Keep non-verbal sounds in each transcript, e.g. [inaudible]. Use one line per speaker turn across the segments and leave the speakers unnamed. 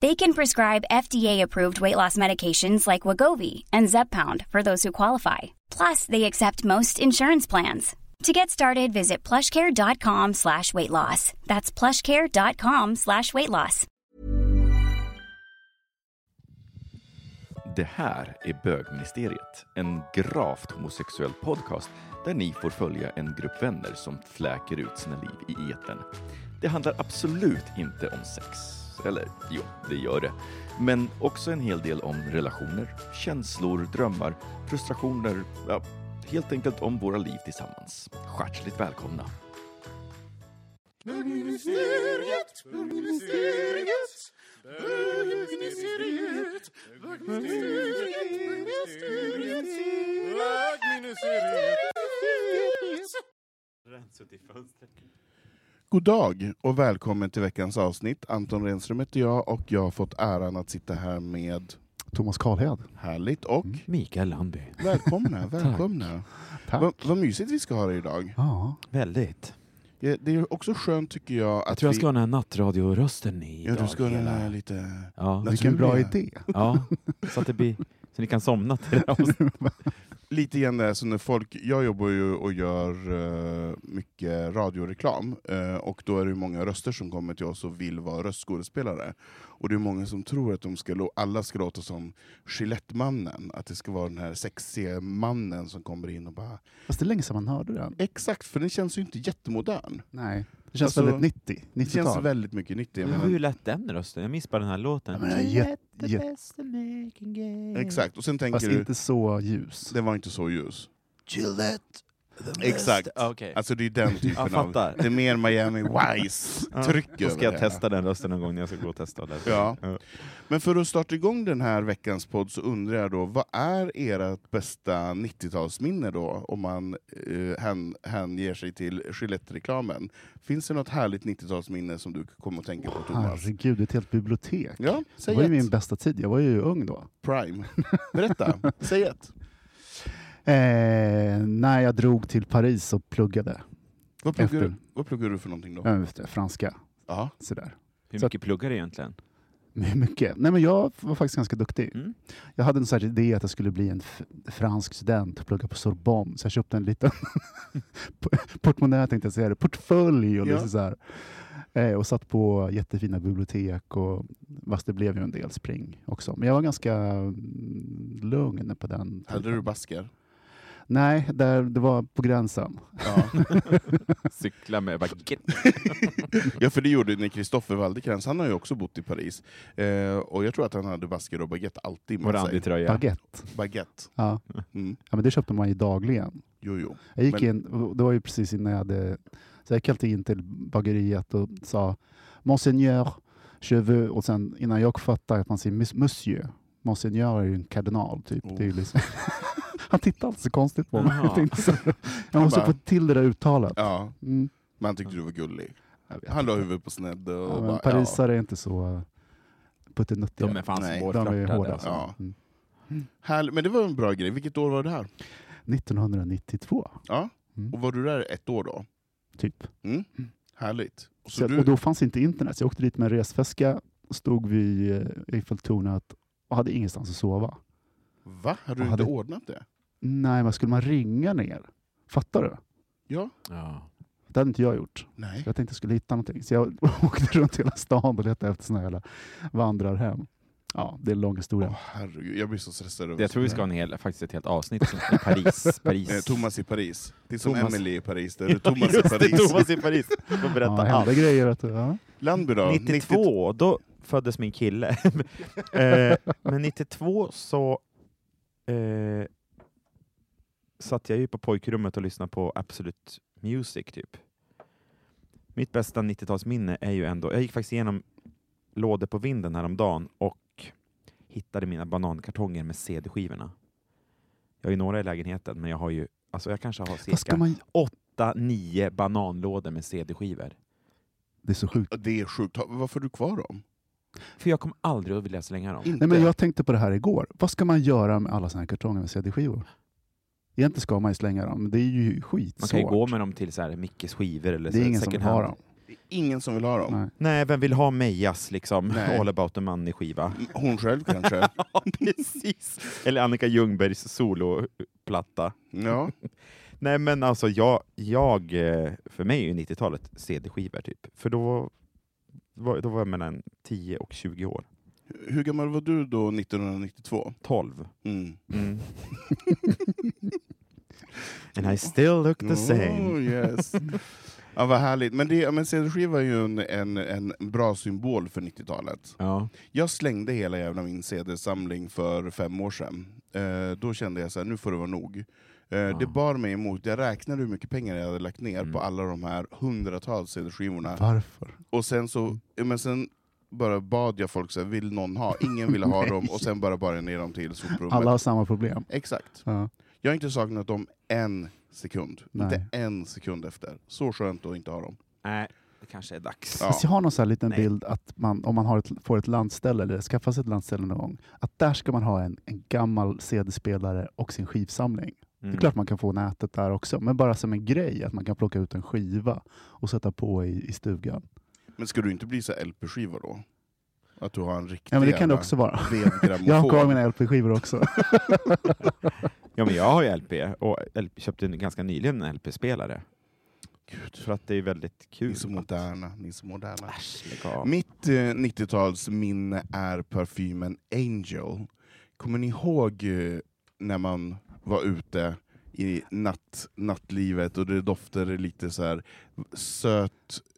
They can prescribe FDA-approved weight loss medications like Wagovi and Zepbound for those who qualify. Plus, they accept most insurance plans. To get started, visit plushcare.com slash weight loss. That's plushcare.com slash weight loss.
Det här är Bögministeriet, en gravt homosexuell podcast där ni får följa en grupp vänner som fläker ut sina liv i etern. Det handlar absolut inte om sex. Eller jo, det gör det. Men också en hel del om relationer, känslor, drömmar, frustrationer, ja, helt enkelt om våra liv tillsammans. Hjärtligt välkomna!
God dag och välkommen till veckans avsnitt. Anton Renström heter jag och jag har fått äran att sitta här med
Thomas Karlhed.
Härligt och
Mm. Mikael Landby. [laughs]
välkomna. välkomna.
Tack.
Vad- Vad mysigt vi ska ha det idag.
Ja.
Väldigt.
Ja, Det är också skönt tycker jag att
Jag tror jag
vi...
ska ha den här nattradioresten i
Ja, du ska ha den
hela-
här lite...
Ja,
Vilken bra
Naturliga.
idé.
ja. Så att det blir... Så ni kan somna till det här avsnittet.
lite grann det som när folk, jag jobbar ju och gör eh, mycket radioreklam, eh, och då är det ju många röster som kommer till oss och vill vara röstskådespelare. Och det är många som tror att de ska, lå- alla ska låta som Gillette-mannen, att det ska vara den här sexiga mannen som kommer in och bara
Fast det är länge sedan man hörde den.
Exakt, för den känns ju inte jättemodern.
Nej. Det känns
Alltså,
väldigt 90.
Det känns
90-tal.
väldigt mycket 90 jag menar-
Hur lät den rösten? Jag minns bara den här
Ja,
låten.
men den är jätte- jätte-
Exakt, och sen tänker
Fast
du,
inte så ljus.
den var inte så ljus.
Gillette.
Exakt.
Ah, Okej.
Alltså det är den
Jag
typen av...
fattar.
Det är
[laughs]
mer Miami Vice-tryck
Då
över
ska jag
det.
testa den rösten någon gång när jag ska gå och testa och läsa.
Ja. Men för att starta igång den här veckans podd så undrar jag då, vad är ert bästa 90-talsminne då? Om man eh, hän- hänger sig till Gillette-reklamen. Finns det något härligt 90-talsminne som du kommer att tänka på Thomas?
Herregud, ett helt bibliotek.
Ja,
det
säg
var ju
ett.
min bästa tid. Jag var ju ung då.
Prime. Berätta, säg ett.
Eh, när jag drog till Paris och pluggade.
Vad pluggar, du,
Efter.
vad pluggar du för någonting då?
Jag vet inte, franska.
Ja.
Sådär.
Hur
Så-
mycket pluggar du egentligen?
My- Mycket. Nej, men jag var faktiskt ganska duktig.
Mm.
Jag hade en sån här idé att jag skulle bli en f- fransk student och plugga på Sorbonne, så jag köpte en liten [laughs] p- portmonnä, tänkte jag säga det, portfölj och,
Ja.
liksom så här. Eh, och satt på jättefina bibliotek. Och, fast det blev ju en del spring också. Men jag var ganska mm, lugn på den
Hade du basker?
Nej, där, det var på gränsen.
Ja.
[laughs] Cykla med baguette.
[laughs] ja, för det gjorde ni. Kristoffer Waldekrans, han har ju också bott i Paris. Eh, och jag tror att han hade basker och baguette alltid
och
med sig.
randig tröja.
Baguette.
Baguette.
Ja.
Mm.
ja, men det köpte man ju dagligen.
Jo, jo.
Jag gick
Men-
in, och det var ju precis innan jag hade... Så jag gick alltid in till bageriet och sa Monseigneur, je veux. Och sen innan jag fattade att man säger "Mus- monsieur. Monseigneur är ju en kardinal typ.
Oh.
Det är ju liksom, [laughs] han tittade alltid så konstigt på mig.
Jaha.
Jag, tänkte så, här, jag måste
bara-
få till det där uttalet.
Ja,
Mm.
men han tyckte du var gullig.
Jag vet
Han la
inte.
huvudet på snedde och
ja, men
bara...
Parisare är inte så eh, puttinuttiga.
De är fan
Nej,
De är
svårflörtade.
hårda.
Alltså.
Ja.
Mm.
Ja. Härligt, Men det var en bra grej. Vilket år var det här?
1992,
Ja.
Mm.
Och var du där ett år då?
typ.
Mm. Härligt. Och
Så
Så du,
Och då fanns inte internet, så jag åkte dit med en resväska, stod vid eh, Eiffeltornet och hade ingenstans att sova.
va? Hade du
Jag hade-
inte ordnat det?
Nej, men skulle man ringa ner? Fattar du?
Ja.
Ja.
Det hade inte jag gjort.
Nej.
[laughs] Jag tänkte jag skulle hitta någonting. Så jag åkte runt hela stan och letade efter såna här jävla vandrarhem. Ja, det är en lång historia.
Åh, herregud, jag blir så stressad. över
Jag tror vi
sånt
ska ha
här.
en hel, faktiskt ett helt avsnitt som heter Paris.
Eh,
Paris.
Thomas i Paris. Det är som
Thomas-
Emily i Paris. Där
Ja,
är Thomas i
just
Paris.
Det, Thomas i Paris. Får berätta
Ja,
allt.
hända grejer. Vet du. Ja.
Landby då? 90
92, då föddes min kille. [laughs] eh, men 92 så eh, satt jag ju på pojkrummet och lyssnade på Absolute Music, typ. Mitt bästa 90-talsminne är ju ändå... Jag gick faktiskt igenom lådor på vinden häromdagen och hittade mina banankartonger med CD-skivorna. Jag har ju några i lägenheten, men jag har ju... Alltså jag kanske har
Vad ska
cirka
man...
8-9 bananlådor med CD-skivor.
Det är så sjukt.
Det är sjukt. Ha- Varför har du kvar dem?
För jag kommer aldrig att vilja slänga dem.
Inte.
Nej, men jag tänkte på det här igår. Vad ska man göra med alla såna här kartonger med CD-skivor? Egentligen ska man ju slänga dem, men det är ju skitsvårt.
Man kan ju gå med dem till så här Mickes skivor eller
det
så här
är ingen som vill
second hand.
ha
Oh,
dem.
Det är ingen som vill ha dem.
Nej.
Nej, vem vill ha Mejas liksom
Nej.
[laughs] All about the money
[laughs]
skiva?
Hon själv kanske?
[laughs] Ja, precis! Eller Annika Ljungbergs soloplatta.
ja.
Nej men alltså, jag, jag, eh, för mig är ju 90-talet CD-skivor typ. För då var, då var jag mellan 10 och 20 år.
Hur gammal var du då 1992?
12.
Mm.
[laughs]
Mm. And I still look the
Oh,
same.
yes. ja, vad härligt. Men, det- men CD-skiva är ju en, en, en bra symbol för 90-talet.
Ja.
Jag slängde hela jävla min CD-samling för fem år sedan. Eh, då kände jag så här, nu får det vara nog. Eh, Det bar mig emot, jag räknade hur mycket pengar jag hade lagt ner
Ah. Mm.
på alla de här hundratals CD-skivorna.
Varför?
Och sen så, eh, men sen bara bad jag folk, så här, vill någon ha? Ingen
[laughs]
ville ha dem, och sen bara bar jag ner dem till soprummet.
Alla har samma problem.
Exakt.
Ja.
Jag har inte saknat dem en sekund.
Nej.
Inte en sekund efter. Så skönt att inte ha
[laughs]
dem.
Nej, det kanske är dags.
Ja.
Fast jag har någon sån här liten
Nej.
bild att man, om man har ett, får ett landställe, eller skaffar sig ett landställe någon gång, att där ska man ha en, en gammal CD-spelare och sin skivsamling. Det
Mm.
är klart man kan få nätet där också, men bara som en grej att man kan plocka ut en skiva och sätta på i, i stugan.
Men ska du inte bli så här LP-skiva då? Att du har en riktig
Ja, men det kan det
jävla
också vara.
vevgrammofon.
Jag har kvar mina LP-skivor också.
Ja, men jag har ju LP och LP, köpte en, ganska nyligen en LP-spelare. För att det är väldigt kul.
Ni är så moderna. Ni är så moderna.
Äsch, lägg av.
Mitt eh, 90-talsminne är parfymen Angel. Kommer ni ihåg eh, när man var ute i natt, nattlivet och det doftade lite så här söt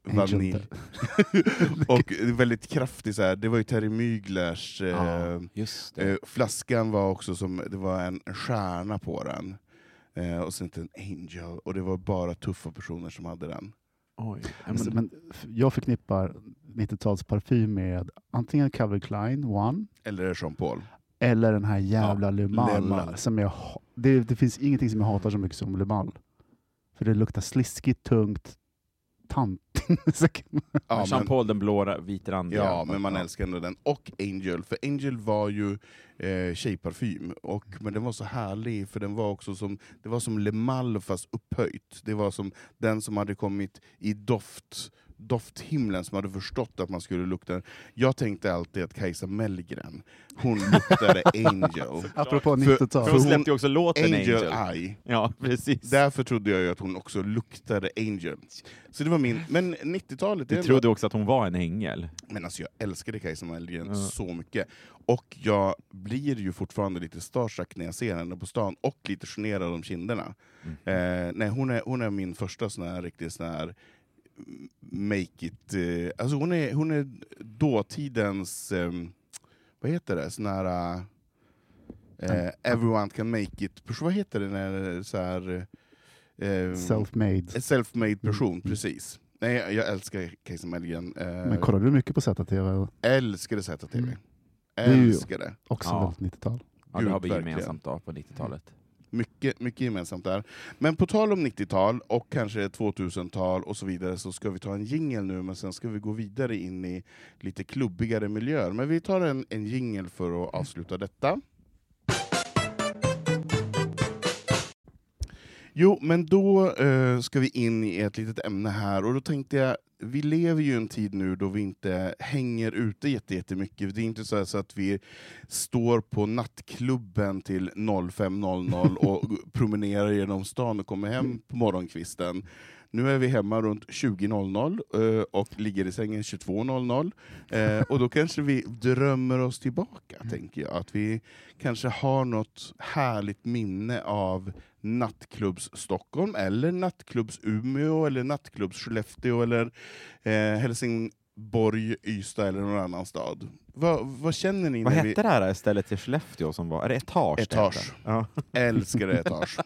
Angel
vanilj? [laughs] och väldigt kraftig, så här. det var ju Terry Myglers... Eh,
Ja, just det.
eh, flaskan var också som, det var en stjärna på den. Eh, och sen inte en Angel, och det var bara tuffa personer som hade den.
Oj. Ja,
Alltså,
men,
men f- jag förknippar 90-talsparfym med antingen Calvin Klein One
Eller Jean Paul.
eller den här jävla
Ja,
Le
Le
Mal.
Mal.
Som jag, ha- det, det finns ingenting som jag hatar så mycket som Le Mal. För det luktar sliskigt, tungt, tant. Så kan-
Ja,
Jean
men-
Paul den blå vitrandiga.
Ja, men man älskar ändå den. Och Angel, för Angel var ju eh, tjejparfym, och, men den var så härlig för den var också som, det var som Le Mal fast upphöjt. Det var som den som hade kommit i doft, dofthimlen, som hade förstått att man skulle lukta den. Jag tänkte alltid att Kajsa Mellgren, hon [laughs] luktade Angel.
[laughs] Apropå
För-
90-tal.
För hon
hon-
släppte ju också låten Angel.
Angel Eye.
Ja, precis.
Därför trodde jag ju att hon också luktade Angel. Så det var min... Men 90-talet... det är
Du
ändå-
trodde också att hon var en ängel.
Men alltså jag älskade Kajsa Mellgren
Ja.
så mycket. Och jag blir ju fortfarande lite starstruck när jag ser henne på stan, och lite generad om kinderna. Eh, nej, hon, är, hon är min första sån här riktig sån här mm, make it... Eh, alltså hon är, hon är dåtidens... Eh, vad heter det? Sån här... eh, Eh, everyone can make it. Pers- Vad heter det när så här... Eh,
Self-made.
en self-made person, precis. Nej, jag- jag älskar Kajsa Mellgren. Eh,
Men kollar du mycket på ZTV?
Älskade ZTV.
Mm. är ju-
Älskade.
Också
Ja.
väldigt 90-tal.
Ja,
Gud,
det har vi
verkligen.
gemensamt då på 90-talet.
Mycket, mycket gemensamt där. Men på tal om 90-tal och kanske 2000-tal och så vidare så ska vi ta en jingel nu, men sen ska vi gå vidare in i lite klubbigare miljöer. Men vi tar en, en jingel för att avsluta detta. Jo, men då eh, ska vi in i ett litet ämne här och då tänkte jag, vi lever ju i en tid nu då vi inte hänger ute jätte- jättemycket. Det är inte så, här så att vi står på nattklubben till [laughs] 05.00 och promenerar genom stan och kommer hem på morgonkvisten. Nu är vi hemma runt 20.00 eh, och ligger i sängen 22.00. Eh, och då kanske vi drömmer oss tillbaka, tänker jag. Att vi kanske har något härligt minne av nattklubbs-Stockholm, eller nattklubbs-Umeå, eller nattklubbs-Skellefteå, eller eh, Helsingborg, Ystad eller någon annan stad. Vad, vad känner ni?
Vad
när
hette det
vi...
här stället i Skellefteå som var? Är det Etage? det
Etage.
heter? Ja.
älskade etage.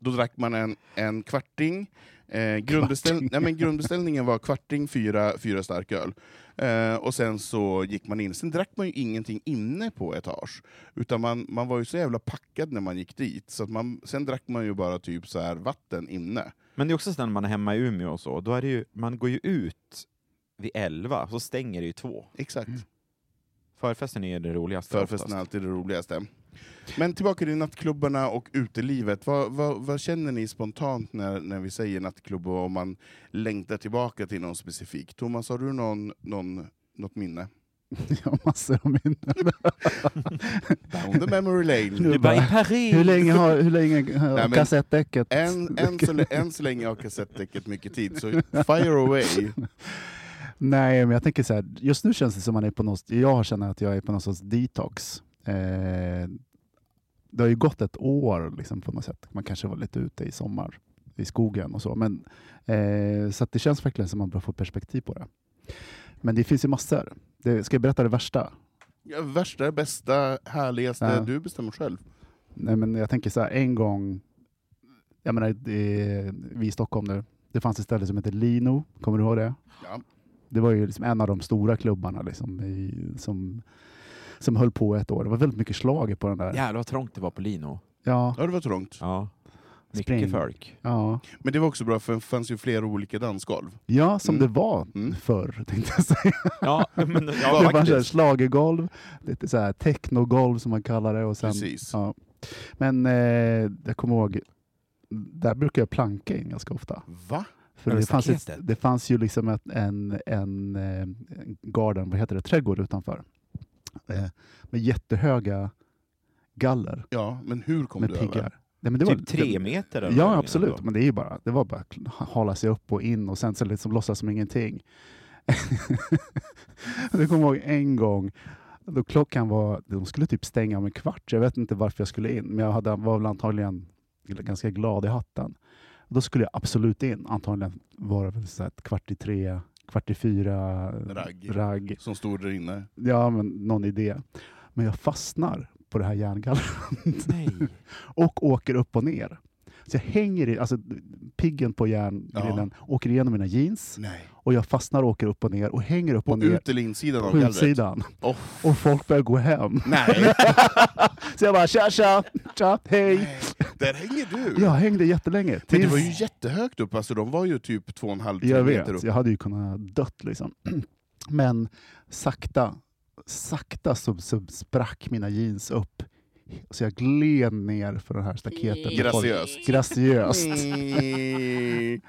Då drack man en, en kvarting. Eh, grundbeställ, nej, men grundbeställningen var kvarting, fyra, fyra starköl. Eh, och sen så gick man in. Sen drack man ju ingenting inne på etage. Utan man, man var ju så jävla packad när man gick dit. Så att man, sen drack man ju bara typ så här vatten inne.
Men det är också så när man är hemma i Umeå och så, då är det ju, man går ju ut vid elva, så stänger det ju två.
Exakt.
Förfesten är ju det roligaste.
Förfesten är
oftast.
alltid det roligaste. Men tillbaka till nattklubbarna och utelivet. Vad, vad, vad känner ni spontant när, när vi säger nattklubb och om man längtar tillbaka till någon specifik? Thomas, har du någon, någon, något minne?
[laughs] Jag har massor av minnen.
Down the memory [laughs] lane.
Du bara, i Paris!
Hur länge har, hur länge
Nej,
har
men-
kassettdäcket...
Än, än, så, lä- än så länge har kassettdäcket mycket tid, så fire away.
Nej, men jag tänker så här, just nu känns det som man är på något, jag känner att jag är på någon sorts detox. Eh, det har ju gått ett år liksom, på något sätt. Man kanske var lite ute i sommar, i skogen och så. Men, eh, så att det känns verkligen som man börjar få perspektiv på det. Men det finns ju massor. Det, ska jag berätta det värsta?
Ja, Värsta, bästa, härligaste,
Ja.
du bestämmer själv.
Nej, men jag tänker så här, en gång, jag menar, det, vi i Stockholm nu, det fanns ett ställe som heter Lino, kommer du ihåg det?
Ja.
Det var ju liksom en av de stora klubbarna liksom, i, som, som höll på ett år. Det var väldigt mycket schlager på den där.
Jävlar vad trångt det var på Lino.
Ja,
ja, det var trångt.
Ja.
Spring.
Mycket folk.
ja.
Men det var också bra, för det fanns ju flera olika dansgolv.
ja som
Mm.
det var
Mm.
förr, [laughs] tänkte jag säga.
Ja, men,
[laughs] det
ja
var så här
faktiskt.
schlagergolv, lite så här technogolv som man kallar det. Och sen,
Precis.
Ja. Men eh, jag kommer ihåg, där brukar jag planka in ganska ofta.
Va?
För
Över
det, fanns ett,
staketet?
det fanns ju liksom ett, en, en, eh, en garden, vad heter det, trädgård utanför. Eh, Med jättehöga galler
Ja, men hur kom
med
du över?
piggar. Nej, men det var-
typ tre meter? eller
Ja,
någonting
absolut.
ändå.
Men det är ju bara, det var bara att hala sig upp och in och sen så liksom låtsas som ingenting. [laughs] jag kommer ihåg en gång då klockan var, de skulle typ stänga om en kvart. Jag vet inte varför jag skulle in, men jag hade, var väl antagligen ganska glad i hatten. Då skulle jag absolut in, antagligen var det väl så här ett kvart i tre, kvart i fyra,
Ragg.
ragg.
Som stod där inne.
Ja, men någon idé. Men jag fastnar på det här järngallret
Nej.
och åker upp och ner. Så jag hänger i, alltså piggen på järngrillen, åker igenom mina jeans
Nej.
och jag fastnar och åker upp och ner och hänger upp och
På
ner
ut eller insidan av
på
gallret?
utsidan.
Åh,
Och folk börjar gå hem.
nej!
Så jag bara tja tja, tja, hej.
Där hänger du!
Jag hängde jättelänge.
Men det
tills-
var ju jättehögt upp, alltså de var ju typ två och en halv
jag
tre meter
vet,
upp.
jag hade ju kunnat dött liksom. [clears throat] Men sakta, sakta så, så sprack mina jeans upp. Så jag gled ner för det här staketet. med folk.
Graciöst.
Graciöst.
Mm.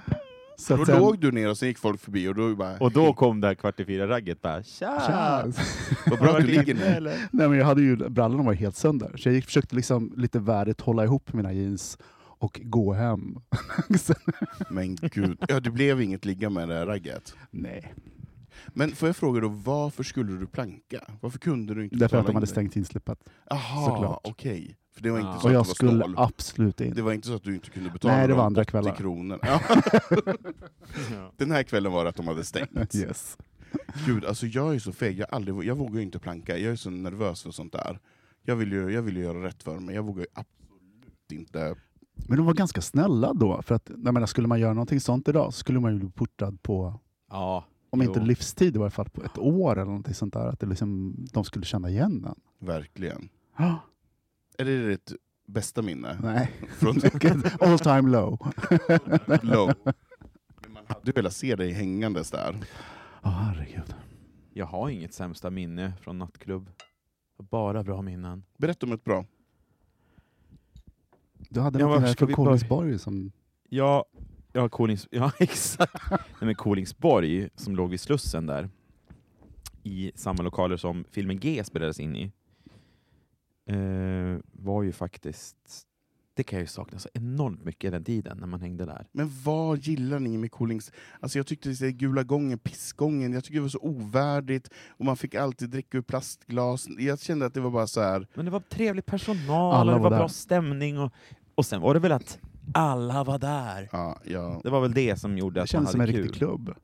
[laughs] Så
Då
att sen-
låg du ner och sen gick folk förbi och då bara...
[laughs] Och då kom det här kvart i fyra-ragget bara tja!
Tja!
Vad bra
Har
att du
varit
ligger
inne,
ner.
eller?
Nej, men jag hade ju, brallorna var ju helt sönder, så jag gick, försökte liksom lite värdigt hålla ihop mina jeans och gå hem. Sen,
Men gud, ja det blev inget ligga med det här ragget.
nej,
Men får jag fråga då, varför skulle du planka? Varför kunde du inte
därför
betala
att de hade
in
stängt inslippet.
det? Jaha,
såklart.
okej. För det var inte
Ja.
så
Och
att
jag
du var
skulle
snål.
absolut
Det
inte.
var inte så att du inte kunde betala
Nej, det var
de
andra
80
kvällar. [laughs]
kronorna. Ja. Den här kvällen var det att de hade stängt.
Yes.
Gud, alltså jag är så feg. Jag, har aldrig, jag vågar ju inte planka. Jag är så nervös för sånt där. Jag vill ju, jag vill ju göra rätt för mig. Jag vågar ju absolut inte.
Men de var ganska snälla då, för att jag menar, skulle man göra någonting sånt idag så skulle man ju bli portad på,
Ja.
om inte
Jo.
livstid i varje fall, på ett år eller någonting sånt där. Att det liksom, de skulle känna igen den.
Verkligen.
Ah,
Är det ditt bästa minne?
[gasps] Nej, [laughs]
Från
all time low.
[laughs] Low. Men man hade ju velat se dig hängandes där.
Oh, herregud.
Jag har inget sämsta minne från nattklubb. Bara bra minnen.
Berätta om ett bra.
Du hade
Ja,
något
var
där
ska
från
vi börja?
Kålnesborg som...
Ja, ja, Kolings, [laughs] ja exakt. Nej, men Kolingsborg, som låg vid Slussen där, i samma lokaler som filmen G spelades in i, eh, var ju faktiskt Det kan jag ju sakna så enormt mycket den tiden när man hängde där.
Men vad gillar ni med Kolings? Alltså jag tyckte det Gula gången, pissgången, jag tyckte det var så ovärdigt, och man fick alltid dricka ur plastglas. Jag kände att det var bara så här.
Men det var trevlig personal,
Alla
och det
var
var
där.
bra stämning och, och sen var det väl att alla var där.
Ja, ja.
Det var väl det som gjorde
Det
att man hade
kändes som en
kul.
riktig klubb.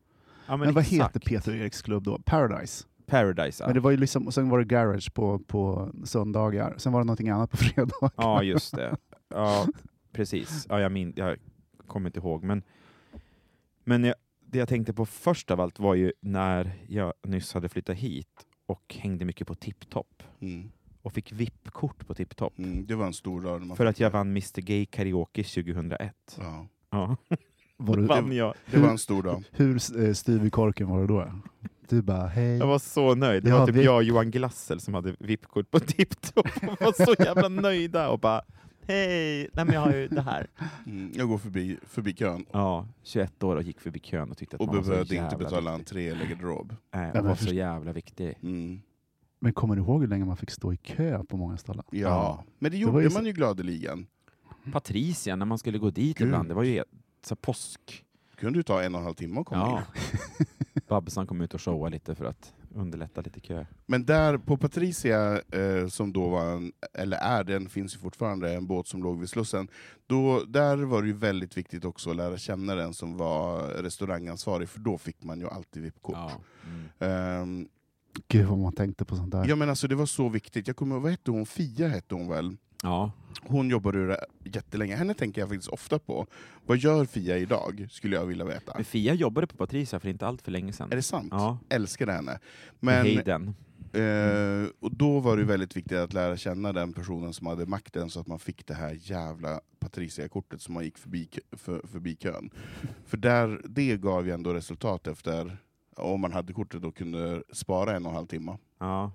Ja,
Men, vad
exakt.
heter Peter Eriks klubb då? Paradise.
Paradise.
Men
Ja.
det var ju liksom, och sen var det Garage på, på söndagar, sen var det någonting annat på [laughs] fredagar.
ja, just det. Ja, precis. Ja, jag, min, jag kommer inte ihåg. Men, men jag, det jag tänkte på först av allt var ju när jag nyss hade flyttat hit och hängde mycket på TipTop
Mm.
och fick VIP-kort på TipTop
Mm, det var en stor dag. när man
för
fick
att jag
det.
vann Mr Gay Karaoke 2001.
Ja,
Ja,
Var du,
vann jag.
det
[laughs]
var en stor dag.
hur eh, styv i korken var du då? Du bara hej.
Jag var så nöjd. Det
Ja,
var typ
vi-
jag och Johan Glassel som hade VIP-kort på TipTop [laughs] och var så jävla nöjda och bara Hej! Nej men jag har ju det
[laughs]
här.
Mm, jag går förbi, förbi kön
Ja, 21 år och gick förbi kön och tyckte att
och
man var så
behövde
jävla
inte betala
viktig.
entré eller garderob.
Nej, och
men
Eh, var
först-
så jävla viktig.
Mm.
Men kommer du ihåg hur länge man fick stå i kö på många ställen?
Ja.
Ja.
men det
var
gjorde
ju så-
man ju gladeligen.
Patricia, när man skulle gå dit
Mm. Gud.
ibland, det var ju ett- så här påsk.
kunde ju ta en och en halv timme att komma
Ja.
in. [laughs]
Babsan kom ut och showade lite för att underlätta lite kö.
Men där på Patricia, eh, som då var en, eller är, den finns ju fortfarande, en båt som låg vid Slussen. Då, där var det ju väldigt viktigt också att lära känna den som var restaurangansvarig, för då fick man ju alltid VIP-kort.
Ja. Mm.
Ehm,
Gud vad man tänkte på sånt där.
ja men alltså det var så viktigt. Jag kommer ihåg- vad hette hon? Fia hette hon väl?
ja.
Hon jobbade ju där jättelänge. Henne tänker jag faktiskt ofta på. Vad gör Fia idag? Skulle jag vilja veta.
Men Fia jobbade på Patricia för inte allt för länge sedan.
Är det sant?
Ja,
Älskade henne.
men...
Men,
Hayden.
Eh, och då var det väldigt viktigt att lära känna den personen som hade makten så att man fick det här jävla Patricia-kortet som man gick förbi, kö- för, förbi kön. För där, det gav ju ändå resultat efter, om man hade kortet då kunde spara en och en halv timme.
Ja.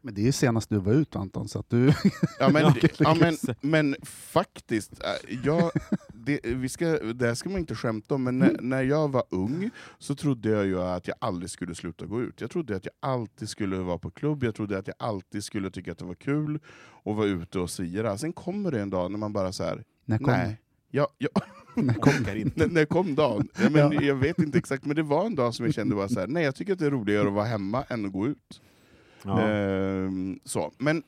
Men det är ju senast du var ut Anton, så att du... [laughs]
Ja men,
[laughs] Ja,
ja, men,
lyckas.
men faktiskt, eh, jag, det, vi ska, det här ska man inte skämta om, men
Mm.
när, när jag var ung så trodde jag ju att jag aldrig skulle sluta gå ut. Jag trodde att jag alltid skulle vara på klubb, jag trodde att jag alltid skulle tycka att det var kul och vara ute och svira. Sen kommer det en dag när man bara så här,
När kom,
nej. Jag, jag,
När kom
[laughs] när, när kom dagen? Ja, men,
Ja.
Jag vet inte exakt, men det var en dag som jag kände bara så här, nej jag tycker att det är roligare att vara hemma än att gå ut.
[laughs] ja.
Ehm, så. Men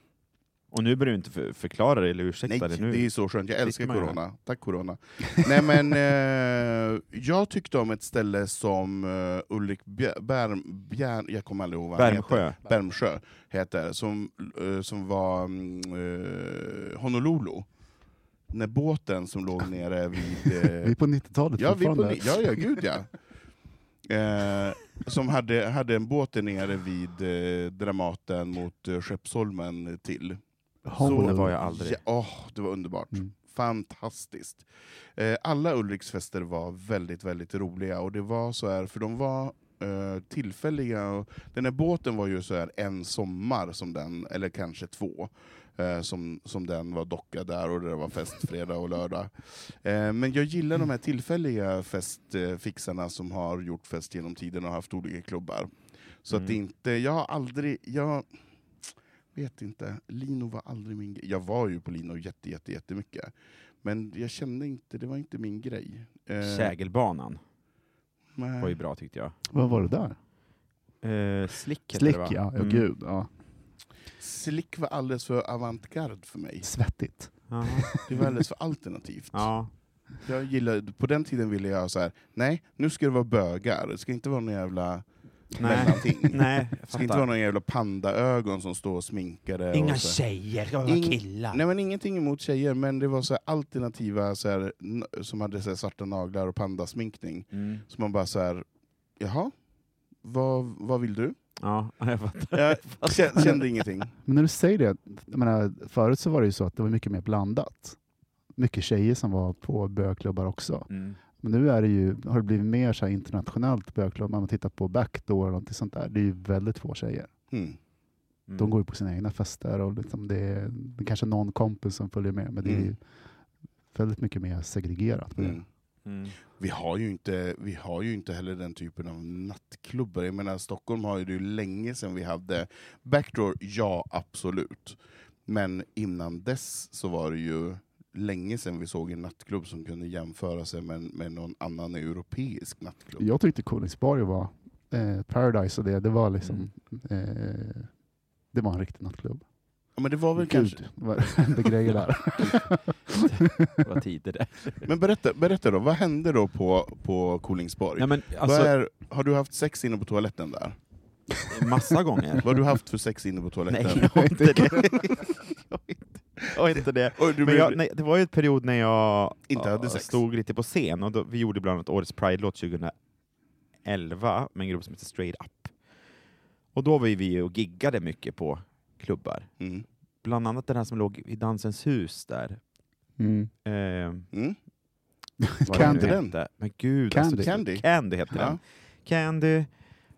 Och nu behöver du inte för- förklara det eller ursäkta
Nej,
det nu.
det är så skönt. Jag älskar
man ju
corona. Tack corona. Nej men, eh, jag tyckte om ett ställe som eh, Ulrik Bjer- Bärm... Bjärn, jag kommer aldrig ihåg vad han heter.
Värmsjö.
Bärmsjö. heter som, eh, som var mm, eh, Honolulu. När båten som låg nere vid...
Vi
Eh,
är på 90-talet
ja, vi på,
fortfarande.
ni- ja, ja, gud
[laughs]
ja. Eh, som hade, hade en båt där nere vid eh, Dramaten mot eh, Skeppsholmen till.
Honolulu.
Så var jag aldrig.
Ja, åh, det var underbart.
Mm.
Fantastiskt. Eh, alla Ulriks fester var väldigt, väldigt roliga. Och det var så här, för de var eh, tillfälliga. Och den här båten var ju så här en sommar, som den, eller kanske två, eh, som, som den var docka där och det var fest fredag och lördag. Eh, men jag gillar de här tillfälliga festfixarna som har gjort fest genom tiden och haft olika klubbar. Så att det
Mm.
inte, jag har aldrig, jag vet inte, Lino var aldrig min grej. Jag var ju på Lino jätte, jätte, jättemycket. Men jag kände inte, det var inte min grej. Eh,
Kägelbanan
nej.
var ju bra tyckte jag.
Vad var det där?
Eh, slick heter
Slick
det va?
ja, ja
Mm.
gud. Ja.
Slick var alldeles för avantgarde för mig.
Svettigt.
Ja. [laughs]
Det var alldeles för alternativt.
Ja. [laughs]
Jag gillade, på den tiden ville jag så här: nej, nu ska det vara bögar. Det ska inte vara någon jävla
Nej.
mellanting.
Nej, jag
Det ska inte vara
fattar.
någon jävla pandaögon som står och sminkade.
Inga
och så.
tjejer, det ska vara
Ing-
killar.
Nej men ingenting emot tjejer, men det var så här alternativa så här, n- som hade så här svarta naglar och pandasminkning.
Mm.
Så man bara så här, jaha, vad, vad
[laughs]
vill du?
Ja, jag fattar.
Jag kä- kände ingenting.
Men när du säger det, jag menar, förut så var det ju så att det var mycket mer blandat. Mycket tjejer som var på bögklubbar också.
Mm.
Men nu är det ju, har det blivit mer så här internationellt bögklubb. När man tittar på Backdoor och något sånt där. Det är ju väldigt få tjejer.
Mm.
Mm.
De går ju på sina egna fester och liksom det, är, det är kanske någon kompis som följer med. Men det är
Mm.
ju väldigt mycket mer segregerat. på det.
Mm.
Mm.
Vi har, ju inte, vi har ju inte heller den typen av nattklubbar. Jag menar, Stockholm har ju det ju länge sedan vi hade backdoor, ja absolut. Men innan dess så var det ju länge sedan vi såg en nattklubb som kunde jämföra sig med, med någon annan europeisk nattklubb.
Jag tyckte Koningsborg var eh, Paradise och det, det var liksom...
Mm.
Eh, det var en riktig nattklubb.
Ja, men det var väl kanske...
Gud, vad [laughs] det hände grejer
[laughs]
där.
[laughs] Vad tider det
Men berätta, berätta då, vad hände då på, på Kolingsborg?
Nej, men,
Vad
alltså,
är, har du haft sex inne på toaletten där?
massa gånger.
Vad har du haft för
[laughs]
sex inne på
Nej,
toaletten?
jag har inte det. Jag har inte- Jag har inte det.
Oj, du
Men
blev-
jag, nej, det var ju en period när jag
Inte hade
äh,
sex.
stod lite på scen, och då, vi gjorde bland annat årets Pride-låt 2011 med en grupp som heter Straight Up. Och då var ju vi ju och giggade mycket på klubbar.
Mm.
Bland annat den här som låg i Dansens hus där.
Mm.
Eh,
Mm.
vad
Candy.
den nu
Den.
hette. Men gud, alltså,
Candy.
Candy.
Candy heter
Ja.
den. Candy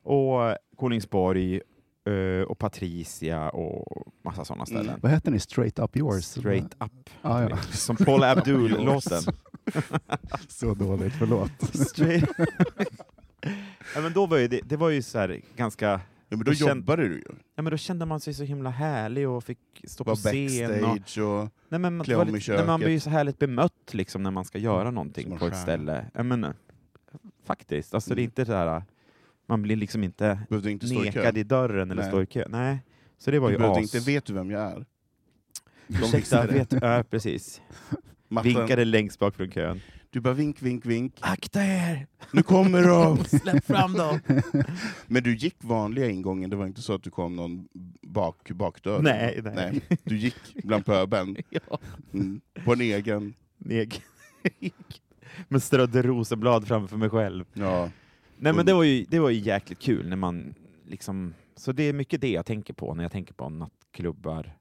och Kolingsborg eh, och Patricia och massa sådana
Mm.
ställen.
Vad heter ni? Straight Up Yours?
Straight up. liksom.
Ah, ja.
Som
[laughs]
Paul Abdul-låten.
Så dåligt, förlåt.
Straight- ja, men då var ju det, det var ju så här ganska...
Ja, men då
Och sen-
jobbade du ju.
Ja, men då kände man sig så himla härlig och fick stå på
Var
scen. Och,
backstage och...
nej, men man,
klä
det var
om i
lite, nej, man
köket.
blir ju så härligt bemött liksom, när man ska göra någonting
Som en
på ett
stjärna.
ställe. Ja, men, eh, faktiskt. Alltså, Det är
Mm.
inte så här, man blir liksom inte
Behövde inte stå i kö.
nekad i dörren eller
Nej.
stå i kö. Nej. Så det var
Du
ju
behövde
as.
inte, vet du vem jag är?
Ursäkta,
fixade det.
vet, ja, precis.
Mattan,
Vinkade längst bak från kön.
du bara vink, vink, vink.
Akta er!
Nu kommer de! [laughs]
Släpp fram dem!
Men du gick vanliga ingången, det var inte så att du kom någon bak,
[laughs]
bakdörr?
Nej, nej.
Du gick bland pöbeln,
[laughs] Ja.
mm. på en egen.
Neg. Men strödde rosenblad framför mig själv.
Ja.
Nej men det var ju, det var ju jäkligt kul när man liksom... Så det är mycket det jag tänker på när jag tänker på nattklubbar.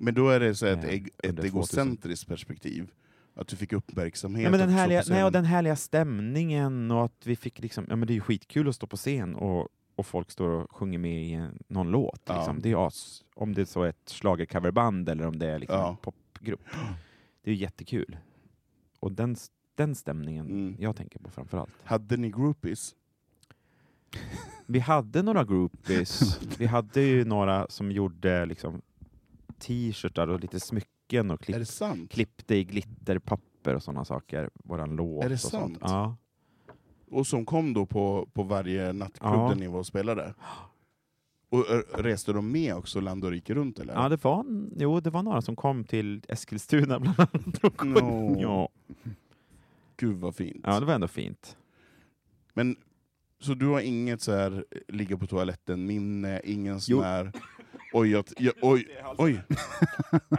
Men då är det så ett,
Eh,
eg- ett
under 2000.
egocentriskt perspektiv, att du fick uppmärksamhet.
Nej, men den,
att stå på
härliga, nej, och
scenen.
den härliga stämningen och att vi fick liksom... Ja men det är ju skitkul att stå på scen och, och folk står och sjunger med i en- någon låt.
Ja.
Liksom. Det är as, om det är så ett schlagercoverband eller om det är liksom
Ja.
en popgrupp. Det är ju jättekul. Och den, s- den stämningen
Mm.
jag tänker på framför allt.
Hade ni groupies?
Vi hade några
[laughs]
groupies. Vi hade ju några som gjorde liksom t-shirtar och lite smycken och
Är
klipp,
det sant?
klippte i glitterpapper och sådana saker. Våran låt
Är det
och
sant?
sånt. Ja.
Och som kom då på, på varje nattklubb
Ja.
där ni var och spelade? Och ö, reste de med också land och rike runt eller?
ja, det var, en- jo, det var några som kom till Eskilstuna [laughs] bland annat. och sjöng.
Nå.
Ja.
Gud vad fint.
ja, det var ändå fint.
Men, så du har inget så här ligga på toaletten minne, ingen sån
Jo.
här... Oj, jag, jag, oj, oj.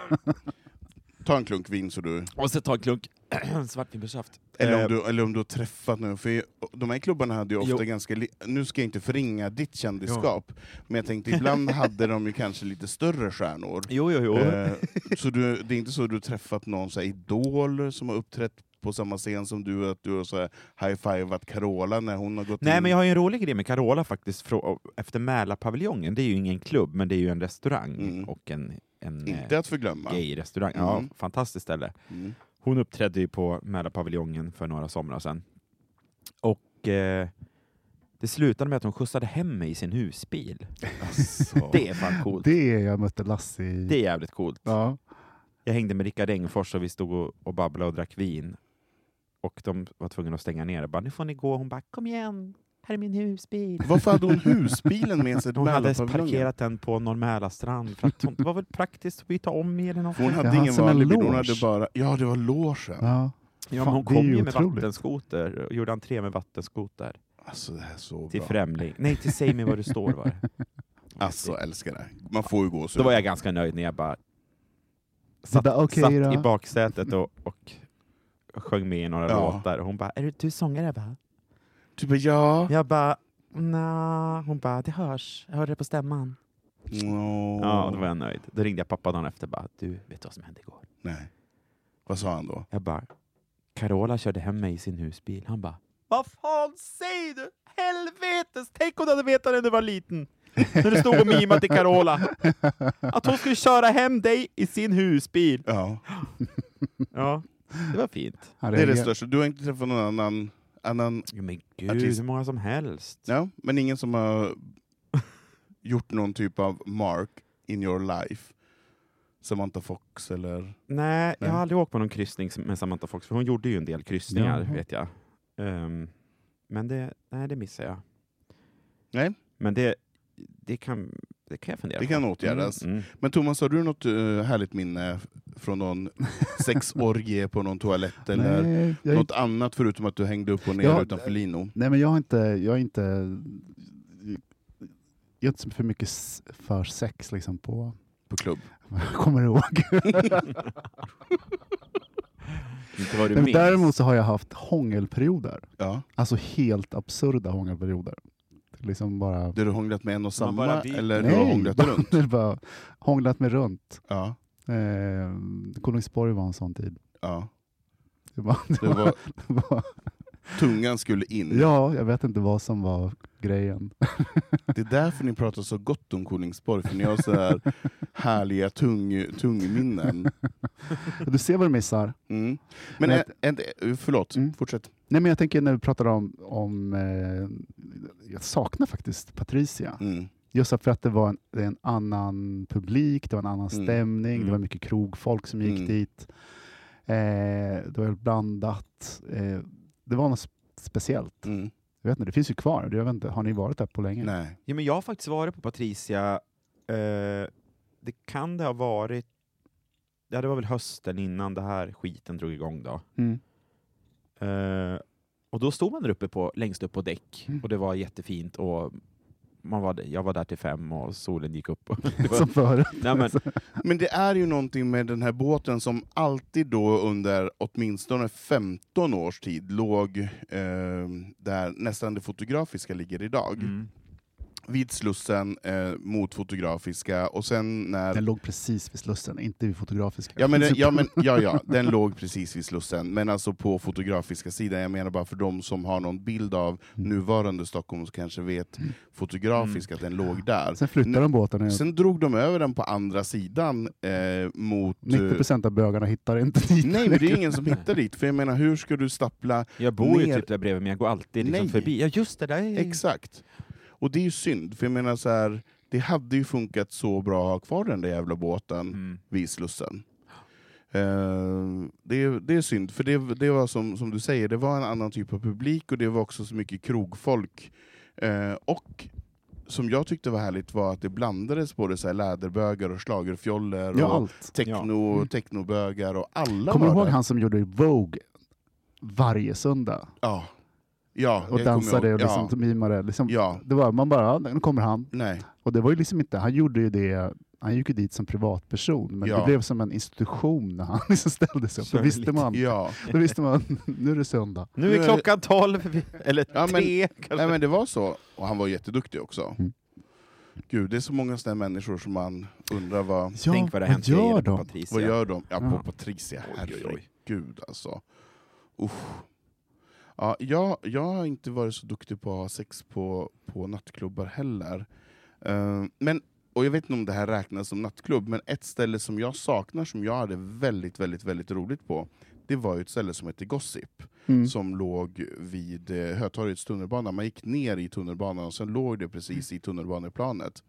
[laughs] Ta en klunk vin så du...
Och så ta en klunk svartvin med saft.
Eller
Eh,
om du, eller om du har träffat nu, för de här klubbarna hade ju ofta
Jo.
ganska... li- Nu ska jag inte förringa ditt kändisskap, men jag tänkte ibland hade de ju kanske lite större stjärnor.
Jo, jo, jo.
Eh, så du, det är inte så att du har träffat någon så här idol som har uppträtt på samma scen som du, att du har så här high-fivat Carola när hon har gått
Nej,
in?
men jag har ju en rolig grej med Carola faktiskt, frå- efter Mälarpaviljongen. Det är ju ingen klubb, men det är ju en restaurang
Mm.
och en, en eh,
Inte att förglömma.
gay-restaurang. Ja,
Mm.
fantastiskt ställe.
Mm.
Hon uppträdde ju på Mälarpaviljongen för några somrar sedan. Och eh, det slutade med att hon skjutsade hem mig i sin husbil. Det är fan coolt. Det,
[laughs] Det är jag mötte Lasse i.
är jävligt coolt.
Ja.
Jag hängde med Rickard Engfors och vi stod och, och babblade och drack vin. Och de var tvungna att stänga ner. Jag bara, nu får ni gå. Hon bara, kom igen. Här är min husbil.
Varför hade hon husbilen med sig?
[laughs]
till
Hon hade
Mälarpaviljongen?
parkerat den på någon Mälarstrand. För att hon, det var väl praktiskt att byta om i eller något.
Hon hade
Ja,
ingen
som en
vanlig bil, hon
loge.
hade bara... Ja, det var logen.
Ja.
Ja, men
Fan,
hon
det är
kom
ju
ju med
otroligt.
vattenskoter och gjorde entré med vattenskoter.
Alltså det här är så
Till
bra.
främling. Nej, till säg mig var du står var det.
Alltså jag älskar det. Man får ju gå så.
Då var jag ganska nöjd när jag bara
Så
satt,
där, okej
satt
då.
i baksätet och, och sjöng med i några
Ja.
låtar. Och hon bara, är du, du sångare va?
Du bara Typ, ja.
Jag bara, nja. Hon bara, det hörs. Jag hörde det på stämman.
No.
Ja, då var jag nöjd. Då ringde jag pappa dagen efter bara, du, vet du vad som hände igår?
Nej. Vad sa han då?
Jag bara, Carola körde hem mig i sin husbil. Han bara, vad fan säger du? Helvetes! Tänk om du hade vetat när du var liten. När du stod och mimade till Carola. Att hon skulle köra hem dig i sin husbil.
Ja.
Ja, det var fint.
Han
Det är det
reagerar-
största. Du har inte träffat någon annan... annan...
Jo, men gud,
Artist.
hur många som helst.
Ja, men ingen som [laughs] har gjort någon typ av mark in your life. Samantha Fox eller...
Nej, jag
Nej.
har aldrig åkt på någon kryssning med Samantha Fox, för hon gjorde ju en del kryssningar,
Jaha.
vet jag. Ehm, men det, nej, det missar jag.
Nej.
Men det, det, kan, det kan jag fundera
Det
på.
kan åtgärdas.
Mm, mm.
Men Thomas, har du något eh, härligt minne
[laughs]
från någon sexorgie på någon toalett eller
Nej, jag, är-
något annat förutom att du hängde upp och ner
Ja,
utanför Lino?
nej, men jag har inte... Jag är inte, jag är inte så för mycket s- för sex liksom på...
På klubb?
Jag kommer ihåg.
Inte vad du
Men
minns.
däremot så har jag haft hångelperioder.
Ja.
Alltså helt absurda hångelperioder. Liksom bara...
Där du hånglat med en och
Man bara
samma,
viker.
eller du har hånglat
[laughs]
runt?
Det är bara hånglat mig runt.
Ja.
Eh, Konungsborg var en sån tid.
ja.
Det var, [laughs] det
Det
var,
var,
det var,
tungan skulle in.
ja, jag vet inte vad som var grejen.
Det är därför ni pratar så gott om Koningsborg, för ni har så
[laughs]
här härliga tung, tungminnen.
Du ser vad du missar.
Mm. Men
Men-
ett, ett, förlåt,
Mm.
fortsätt.
Nej, men jag tänker när vi pratar om... om eh, jag saknar faktiskt Patricia.
Mm.
Just för att det var en, det är en annan publik, det var en annan
Mm.
stämning,
Mm.
det var mycket krogfolk som gick
Mm.
dit. Eh, det var blandat. Eh, det var något speciellt.
Mm.
Jag vet inte, det finns ju kvar. Jag vet inte, har ni varit där på länge?
Nej.
Ja, men jag har faktiskt varit på Patricia, eh, det kan det ha varit, ja det var väl hösten innan det här skiten drog igång då.
Mm.
Eh, och då stod man där uppe på, längst upp på däck
Mm.
och det var jättefint och man var, jag var där till fem och [laughs] solen gick upp. Det var-
Som förut.
Nej, men,
Men det är ju någonting med den här båten som alltid då under åtminstone 15 års tid låg eh, där nästan det fotografiska ligger idag.
mm.
Vid Slussen eh, mot fotografiska, och sen när
Den låg precis vid Slussen, inte vid Fotografiska.
Ja, men, ja, men, ja, ja, den låg precis vid Slussen, men alltså på fotografiska sidan. Jag menar bara för de som har någon bild av nuvarande Stockholm så kanske vet fotografiskt att den låg där.
Sen flyttade de båten. ut.
Sen drog de över den på andra sidan eh, mot... eh,
90 procent av bögarna hittar inte dit.
Nej, men det är
[laughs]
ingen som hittar dit, för jag menar hur ska du stappla...
Jag bor ju
Ner-
typ där bredvid men jag går alltid liksom
Nej.
förbi. Ja just det, där är...
Exakt. Och det är ju synd, för jag menar så här, det hade ju funkat så bra att ha kvar den där jävla båten.
Mm.
vid Slussen. Eh, det, det är synd, för det, det var som, som du säger, det var en annan typ av publik och det var också så mycket krogfolk. Eh, och som jag tyckte var härligt var att det blandades både så här läderbögar och schlagerfjoller
[laughs] Ja,
och
allt.
techno, technobögar och alla
Kommer du
var
ihåg
där.
han som gjorde Vogue varje söndag?
Ja. Ja,
Och
jag kommer
dansade
ihåg.
och liksom mimade. Liksom,
Ja, ja,
Det var, man bara, ja, nu kommer han.
nej.
Och det var ju liksom inte, han gjorde ju det, han gick ju dit som privatperson, men
Ja.
det blev som en institution när han [laughs] liksom ställde sig upp. Då
Körde
visste,
lite.
man,
Ja.
då visste man, nu är det söndag.
[laughs]
Nu är klockan tolv, eller
Ja, men-
tre kanske.
Nej men det var så, och han var jätteduktig också.
Mm.
Gud, det är så många sådana människor som man undrar vad...
Ja,
Tänk vad det har hänt
gör
grejer på
de?
Patricia.
Vad gör de? Ja, på
Ja.
Patricia.
Oj, oj, oj.
Herregud alltså. Usch. Ja, jag, jag har inte varit så duktig på att ha sex på, på nattklubbar heller. Eh, men, och jag vet inte om det här räknas som nattklubb, men ett ställe som jag saknar som jag hade väldigt, väldigt, väldigt roligt på, det var ju ett ställe som hette Gossip,
Mm.
som låg vid eh, Hötorgets tunnelbana. Man gick ner i tunnelbanan och sen låg det precis i tunnelbaneplanet.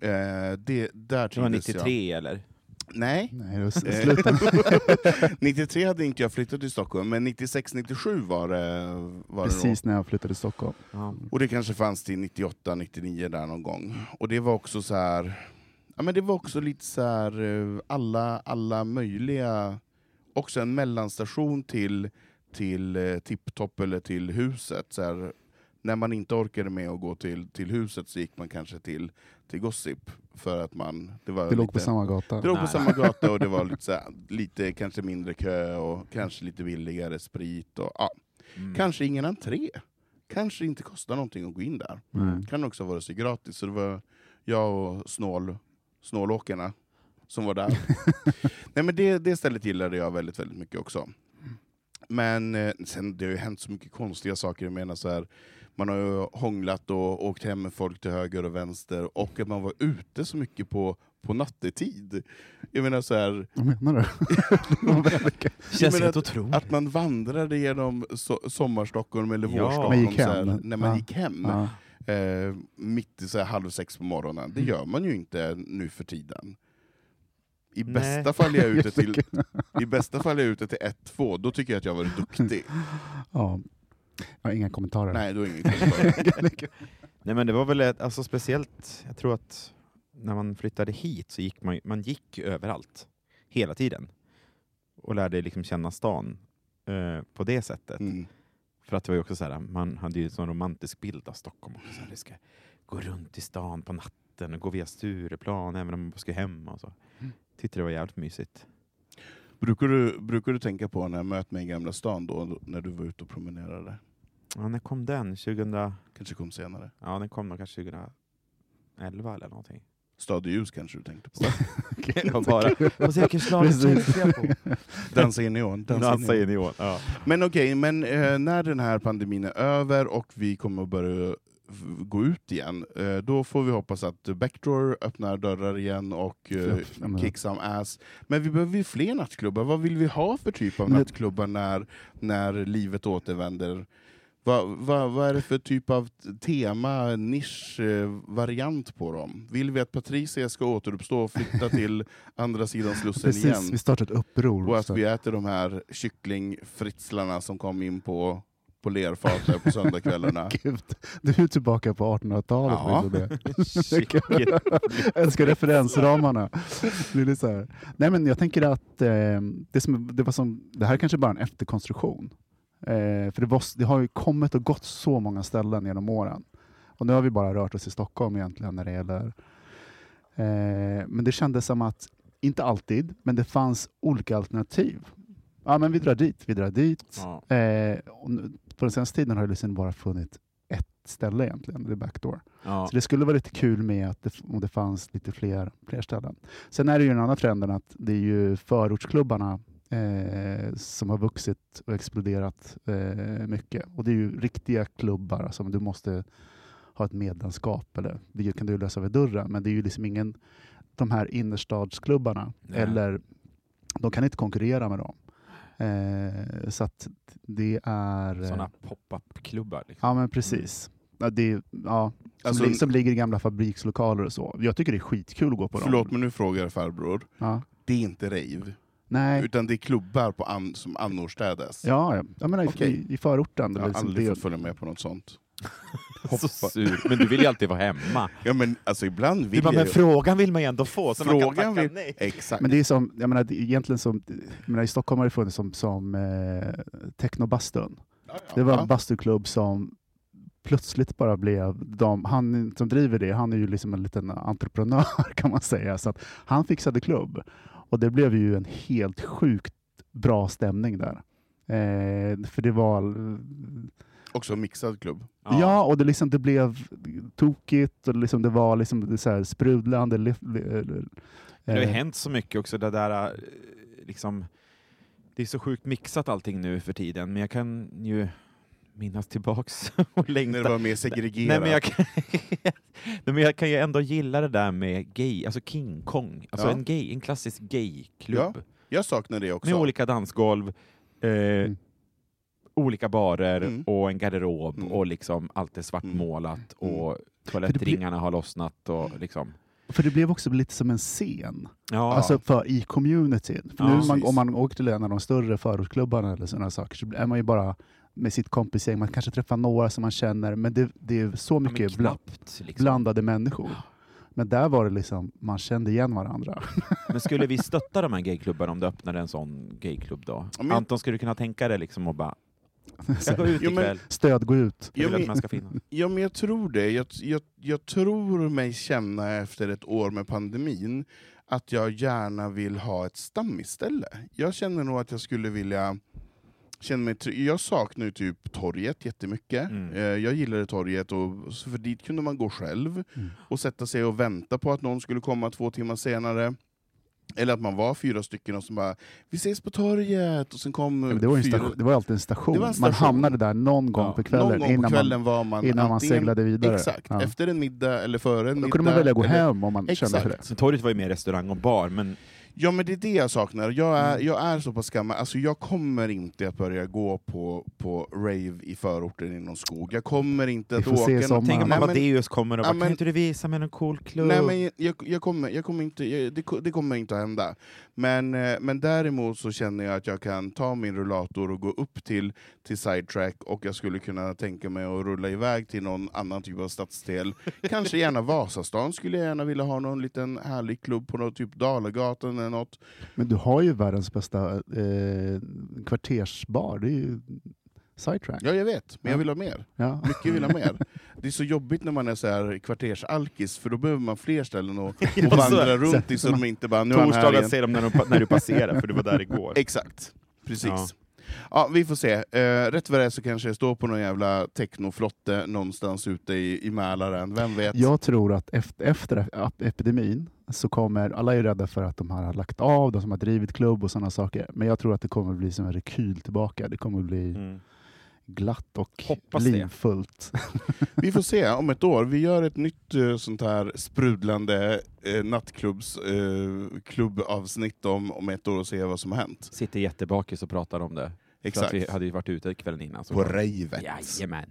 Eh, det, där
Det var
trivdes jag.
93 eller?
Nej.
Nej, det var s- [laughs]
Eh,
slut.
[laughs] 93 hade inte jag flyttat till Stockholm, men 96-97 var det, var det då.
Precis när jag flyttade till Stockholm.
Ja.
Och det kanske fanns till 98-99 där någon gång. Och det var också så här... Ja, men det var också lite så här, eh, alla, alla möjliga... Också en mellanstation till, till eh, Tipptopp eller till huset. Så här, när man inte orkade med att gå till, till huset så gick man kanske till, till Gossip. För att man... Det, var
Det låg på
lite-
samma gata.
det låg på
Nej.
samma gata och det var lite, så här, lite kanske mindre kö och kanske lite billigare sprit. Och, ja.
Mm.
Kanske ingen entré. Kanske inte kostar någonting att gå in där.
Nej.
Kan också vara sig gratis. Så det var jag och snål, snålåkarna som
[laughs]
var där. Nej, men det, det stället gillade jag väldigt, väldigt mycket också. Men eh, sen, det har ju hänt så mycket konstiga saker. Jag menar så här, man har ju hånglat och åkt hem med folk till höger och vänster. Och att man var ute så mycket på, på nattetid. Jag menar så här,
Vad menar
[laughs]
du? Det var väldigt-
men
Känns helt
att-
otroligt.
att man vandrade genom so sommarstockholm eller
Ja.
vårstockholm
Man gick
så här,
hem.
när man
Ja.
gick hem.
ja.
Eh, mitt i så här halv sex på morgonen. Det gör man ju inte nu för tiden. I
Nej.
bästa, fall är jag ute
Just det.
till, I bästa fall är jag ute till 1-2, då tycker jag att jag har varit duktig.
Ja. Jag har inga kommentarer. [laughs]
Nej, då är ingen kommentar.
Nej men det var väl ett, alltså speciellt, jag tror att när man flyttade hit så gick man, ju- man gick ju överallt, hela tiden. Och lärde liksom känna stan eh, på det sättet.
Mm.
För att det var ju också så här, man hade ju en sån romantisk bild av Stockholm. Också, så här, det ska gå runt i stan på natten och gå via Stureplan även om man ska hem och så.
Mm.
Tyckte det var jävligt mysigt.
Brukar, du, brukar du tänka på när jag möt mig i Gamla stan då, när du var ute och promenerade?
Ja, när kom den? 2000, ja
Kanske kom senare.
den kom nog kanske 2011 eller någonting.
Stad i ljus kanske du tänkte på?
[laughs] Det var bara, på Säkerhetsslaget
Precis.
tänkte jag på.
Dansa i neon. Dansa i
Dansa i
neon.
neon. Ja.
Men okej, men eh, när den här pandemin är över och vi kommer att börja f- gå ut igen, eh, då får vi hoppas att Backdoor öppnar dörrar igen och eh,
Fluff, jag menar.
kick some ass. Men vi behöver ju fler nattklubbar. Vad vill vi ha för typ av
Men-
nattklubbar när, när livet återvänder? Vad va, vad är det för typ av t- tema, nisch, eh, variant på dem? Vill vi att Patricia ska återuppstå och
[laughs]
flytta till andra sidan Slussen
Precis,
igen?
vi startade ett uppror.
Och att
också.
vi äter de här kycklingfritslarna som kom in på, på lerfatet på
[laughs]
söndagskvällarna.
Gud, du är tillbaka på 1800-talet.
Ja.
med [laughs] det.
Shit.
Jag älskar referensramarna. Det, är lite så här. Nej, men jag tänker att eh, det, som, det, var som, det här kanske bara är en efterkonstruktion. Eh, för det, var, det har ju kommit och gått så många ställen genom åren. Och nu har vi bara rört oss i Stockholm egentligen när det gäller... Eh, men det kändes som att, inte alltid, men det fanns olika alternativ. Ja, men vi drar dit, vi drar dit.
Ja.
Eh, och nu, på den senaste tiden har det liksom bara funnits ett ställe egentligen, det är Backdoor.
Ja.
Så det skulle vara lite kul med att det, om det fanns lite fler, fler ställen. Sen är det ju den andra trenden att det är ju förortsklubbarna eh, som har vuxit och exploderat eh, mycket. Och det är ju riktiga klubbar som du måste ha ett medlemskap eller det kan du lösa vid dörren. Men det är ju liksom ingen de här innerstadsklubbarna
Nej.
eller de kan inte konkurrera med dem. Eh, så att det är... eh,
Sådana pop-up-klubbar. Liksom.
Ja, men precis. Ja, det, är- ja, som,
Alltså-
li, som ligger i gamla fabrikslokaler och så. Jag tycker det är skitkul att gå på
Förlåt
dem.
men nu frågar jag farbror.
Ja.
Det är inte rave,
Nej,
utan det är klubbar på an, som annorstädes.
ja, ja. Jag menar, i-
Okej.
i, i förorten.
Jag
Det
har
är liksom
aldrig
det,
fått följa med på något sånt.
[laughs] Så sur. Men du vill ju alltid vara hemma.
Ja men alltså ibland
Du
vill
bara,
jag
men
ju-
frågan vill man ju ändå få, så man kan
Frågan
tacka
vill-
nej.
Exakt.
men det är som, jag menar, det är egentligen som, jag menar, i Stockholm har det funnits som, som eh, technobastun. Det var en bastuklubb som plötsligt bara blev... De, han som driver det, han är ju liksom en liten entreprenör [laughs] kan man säga. Så att han fixade klubb. Och det blev ju en helt sjukt bra stämning där. Eh, för det var...
Också en mixad klubb.
Ja, och det, liksom, det blev tokigt och liksom, det var liksom det så här sprudlande... li- li-
Men det har ju
eh,
hänt så mycket också, det där eh, liksom... Det är så sjukt mixat allting nu för tiden, men jag kan ju minnas [laughs] tillbaks och
När
längta.
det var mer segregerat.
Nej, men jag kan... [laughs] Nej, men jag kan ju ändå gilla det där med gay, alltså King Kong, alltså
Ja.
en, gay, en klassisk gayklubb.
jag saknar det
Med
också.
olika dansgolv, eh,
Mm.
olika barer
Mm.
och en garderob
Mm.
och liksom allt är svartmålat och toalettringarna har lossnat och
Mm.
liksom...
För det blev också lite som en scen.
Ja,
Alltså för, i communityn. För
Ja,
nu man,
precis.
om man åker till en av de större förortsklubbarna eller sådana saker så är man ju bara med sitt kompisgäng. Man kanske träffar några som man känner, men det, det är så
ja, men
mycket bla,
knappt, liksom.
blandade människor. Men där var det liksom, man kände igen varandra.
Men skulle vi stötta de här gayklubbarna om det öppnade en sån gayklubb då?
Ja, men-
Anton, skulle du kunna tänka dig liksom och
[laughs]
bara
Så
”jag går
här,
ut
Jo, men-
ikväll,
Stöd, gå ut.
jag
Jo,
vill
men-
att man ska finnas”?
Ja, men jag tror det. Jag, jag, jag tror mig känna efter ett år med pandemin att jag gärna vill ha ett stammisställe. Jag känner nog att jag skulle vilja... Känner mig try- jag saknar ju typ torget jättemycket.
Mm.
Eh, Jag gillade torget, och, så för dit kunde man gå själv
Mm.
och sätta sig och vänta på att någon skulle komma två timmar senare. Eller att man var fyra stycken och som bara ”vi ses på torget” och sen kom...
Men Det var ju en
fyra-
station, det var ju alltid en station.
Det var en
Man
station.
hamnade där någon gång
Ja,
på kvällen,
Någon gång på
innan,
kvällen
man,
var man
innan man
antingen-
seglade vidare.
Exakt,
Ja.
efter en middag eller före en middag.
Då kunde man välja gå
eller-
hem om man kände för det.
Exakt.
Så torget var ju mer restaurang och bar, men
Ja, men det är det jag saknar. Jag är,
Mm.
jag är så pass gammal, alltså, jag kommer inte att börja gå på, på rave i förorten i någon skog. Jag kommer inte
Vi
att
får se
åka...
sommaren.
någon-
Tänk om
Nej,
men-
Amadeus kommer och bara,
Ja, men-
kan inte du visa mig någon cool klubb?
Nej,
[laughs]
men jag, jag kommer, jag kommer inte, jag, det, ko- det kommer inte att hända. Men, eh, men däremot så känner jag att jag kan ta min rullator och gå upp till, till sidetrack och jag skulle kunna tänka mig att rulla iväg till någon annan typ av [laughs] stadsdel. Kanske gärna Vasastan skulle jag gärna vilja ha någon liten härlig klubb på något, typ Dalagatan eller något.
Men du har ju världens bästa eh, kvartersbar. Det är ju Sidetrack.
Ja, jag vet, men jag vill ha mer.
Ja.
Mycket vill ha mer. Det är så jobbigt när man är så här kvartersalkis, för då behöver man fler ställen [laughs] att
Ja,
att
så-
vandra runt
sen-
i så de inte bara nu är han här
Torsdagar
igen.
säger de när, de, när du passerar, för du var där igår.
Exakt, precis.
Ja.
Ja. vi får se. Eh, rätt vad det är så kanske jag står på någon jävla technoflotte någonstans ute i, i Mälaren, vem vet?
Jag tror att efter, efter ep- epidemin så kommer, alla är ju rädda för att de här har lagt av, de som har drivit klubb och sådana saker. Men jag tror att det kommer bli som en rekyl tillbaka. Det kommer bli
Mm.
glatt och
Hoppas det.
livfullt.
Vi får se om ett år. Vi gör ett nytt eh, sånt här sprudlande eh, nattklubbsavsnitt eh, klubbavsnitt om, om ett år och se vad som har hänt.
Sitter jättebakis och pratar om det. För
Exakt.
att vi hade ju varit ute kvällen innan. Så
På ravet.
Jajamän.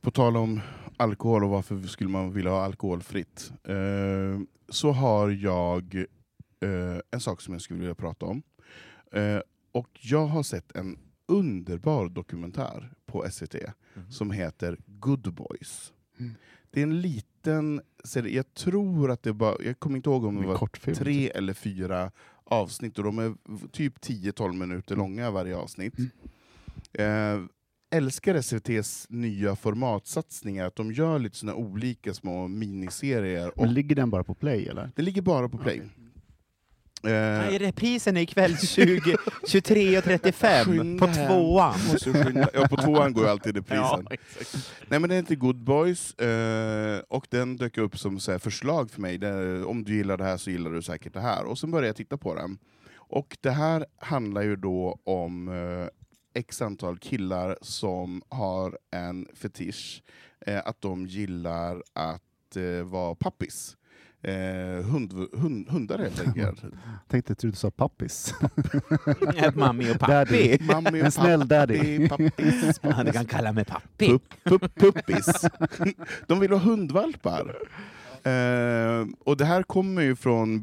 På tal om alkohol och varför skulle man vilja ha alkoholfritt. Eh, så har jag eh, en sak som jag skulle vilja prata om. Eh, och jag har sett en underbar dokumentär på SVT som heter Good Boys. Det är en liten serie, jag tror att det bara, jag kommer inte ihåg om det
En
var
kortfilm, typ.
tre eller fyra avsnitt, och de är v- typ 10-12 minuter långa varje avsnitt. Eh, älskar SVTs nya formatsatsningar, att de gör lite såna olika små miniserier. Och
Men ligger den bara på play eller?
det ligger bara på Play. Eh,
Nej, reprisen är ikväll 20, 23.35
Skynda
på
hem.
tvåan.
Måste skynda. [laughs] Ja, på tvåan går ju alltid reprisen.
exakt.
Nej men den heter Good Boys, eh, och den dök upp som så här, förslag för mig. Det, om du gillar det här så gillar du säkert det här. Och sen började jag titta på den. Och det här handlar ju då om eh, x antal killar som har en fetisch, eh, att de gillar att eh, vara pappis. Eh, hund, hund, hundar
[laughs]
helt enkelt.
Tänkte att du sa pappis.
Ett
[laughs]
Mammi och
Daddy.
pappi.
Mamma
En snäll daddy.
pappis,
Ja, du
pappis,
kan kalla mig pappi.
pupp, pupp, puppis. De vill ha hundvalpar. Eh, och det här kommer ju från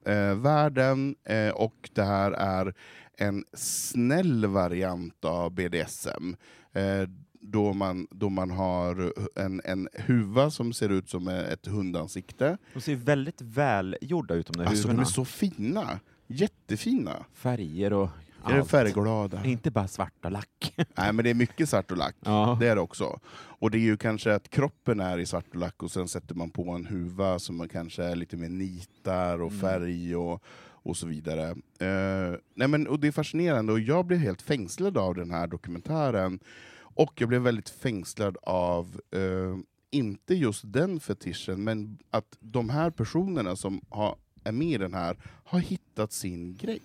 BDSM-världen, eh, och det här är en snäll variant av BDSM. Eh, då man, då man har en, en huva som ser ut som ett hundansikte.
De ser väldigt välgjorda ut de där
Alltså de är
huvudena.
så fina! Jättefina!
Färger och
Är de
allt.
färgglada?
Inte bara svart och lack.
Nej men det är mycket svart och lack.
Ja.
Det är det också. Och det är ju kanske att kroppen är i svart och lack och sen sätter man på en huva som man kanske är lite mer nitar och färg och, och så vidare. Eh, nej men, och det är fascinerande och jag blev helt fängslad av den här dokumentären. Och jag blev väldigt fängslad av eh, inte just den fetischen, men att de här personerna som har, är med i den här har hittat hittat sin grej.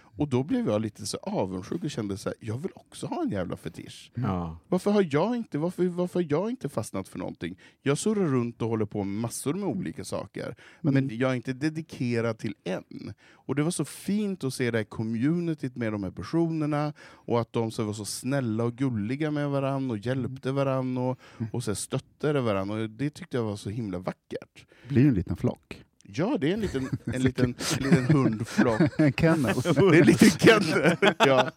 Och då blev jag lite så avundsjuk och kände så här, jag vill också ha en jävla fetisch.
Ja.
Varför har jag inte, varför, varför har jag inte fastnat för någonting? Jag surrar runt och håller på med massor med olika saker, men, jag är inte dedikerad till en. Och det var så fint att se det här communityt med de här personerna, och att de så var så snälla och gulliga med varandra, och hjälpte varandra, och, och så här stöttade varandra. Och det tyckte jag var så himla vackert.
Det blir ju en liten flock.
Ja, det är en liten,
[laughs]
en liten, en liten hundflock.
En [laughs] kennel.
Det är lite
[laughs]
kennel. [laughs] Ja.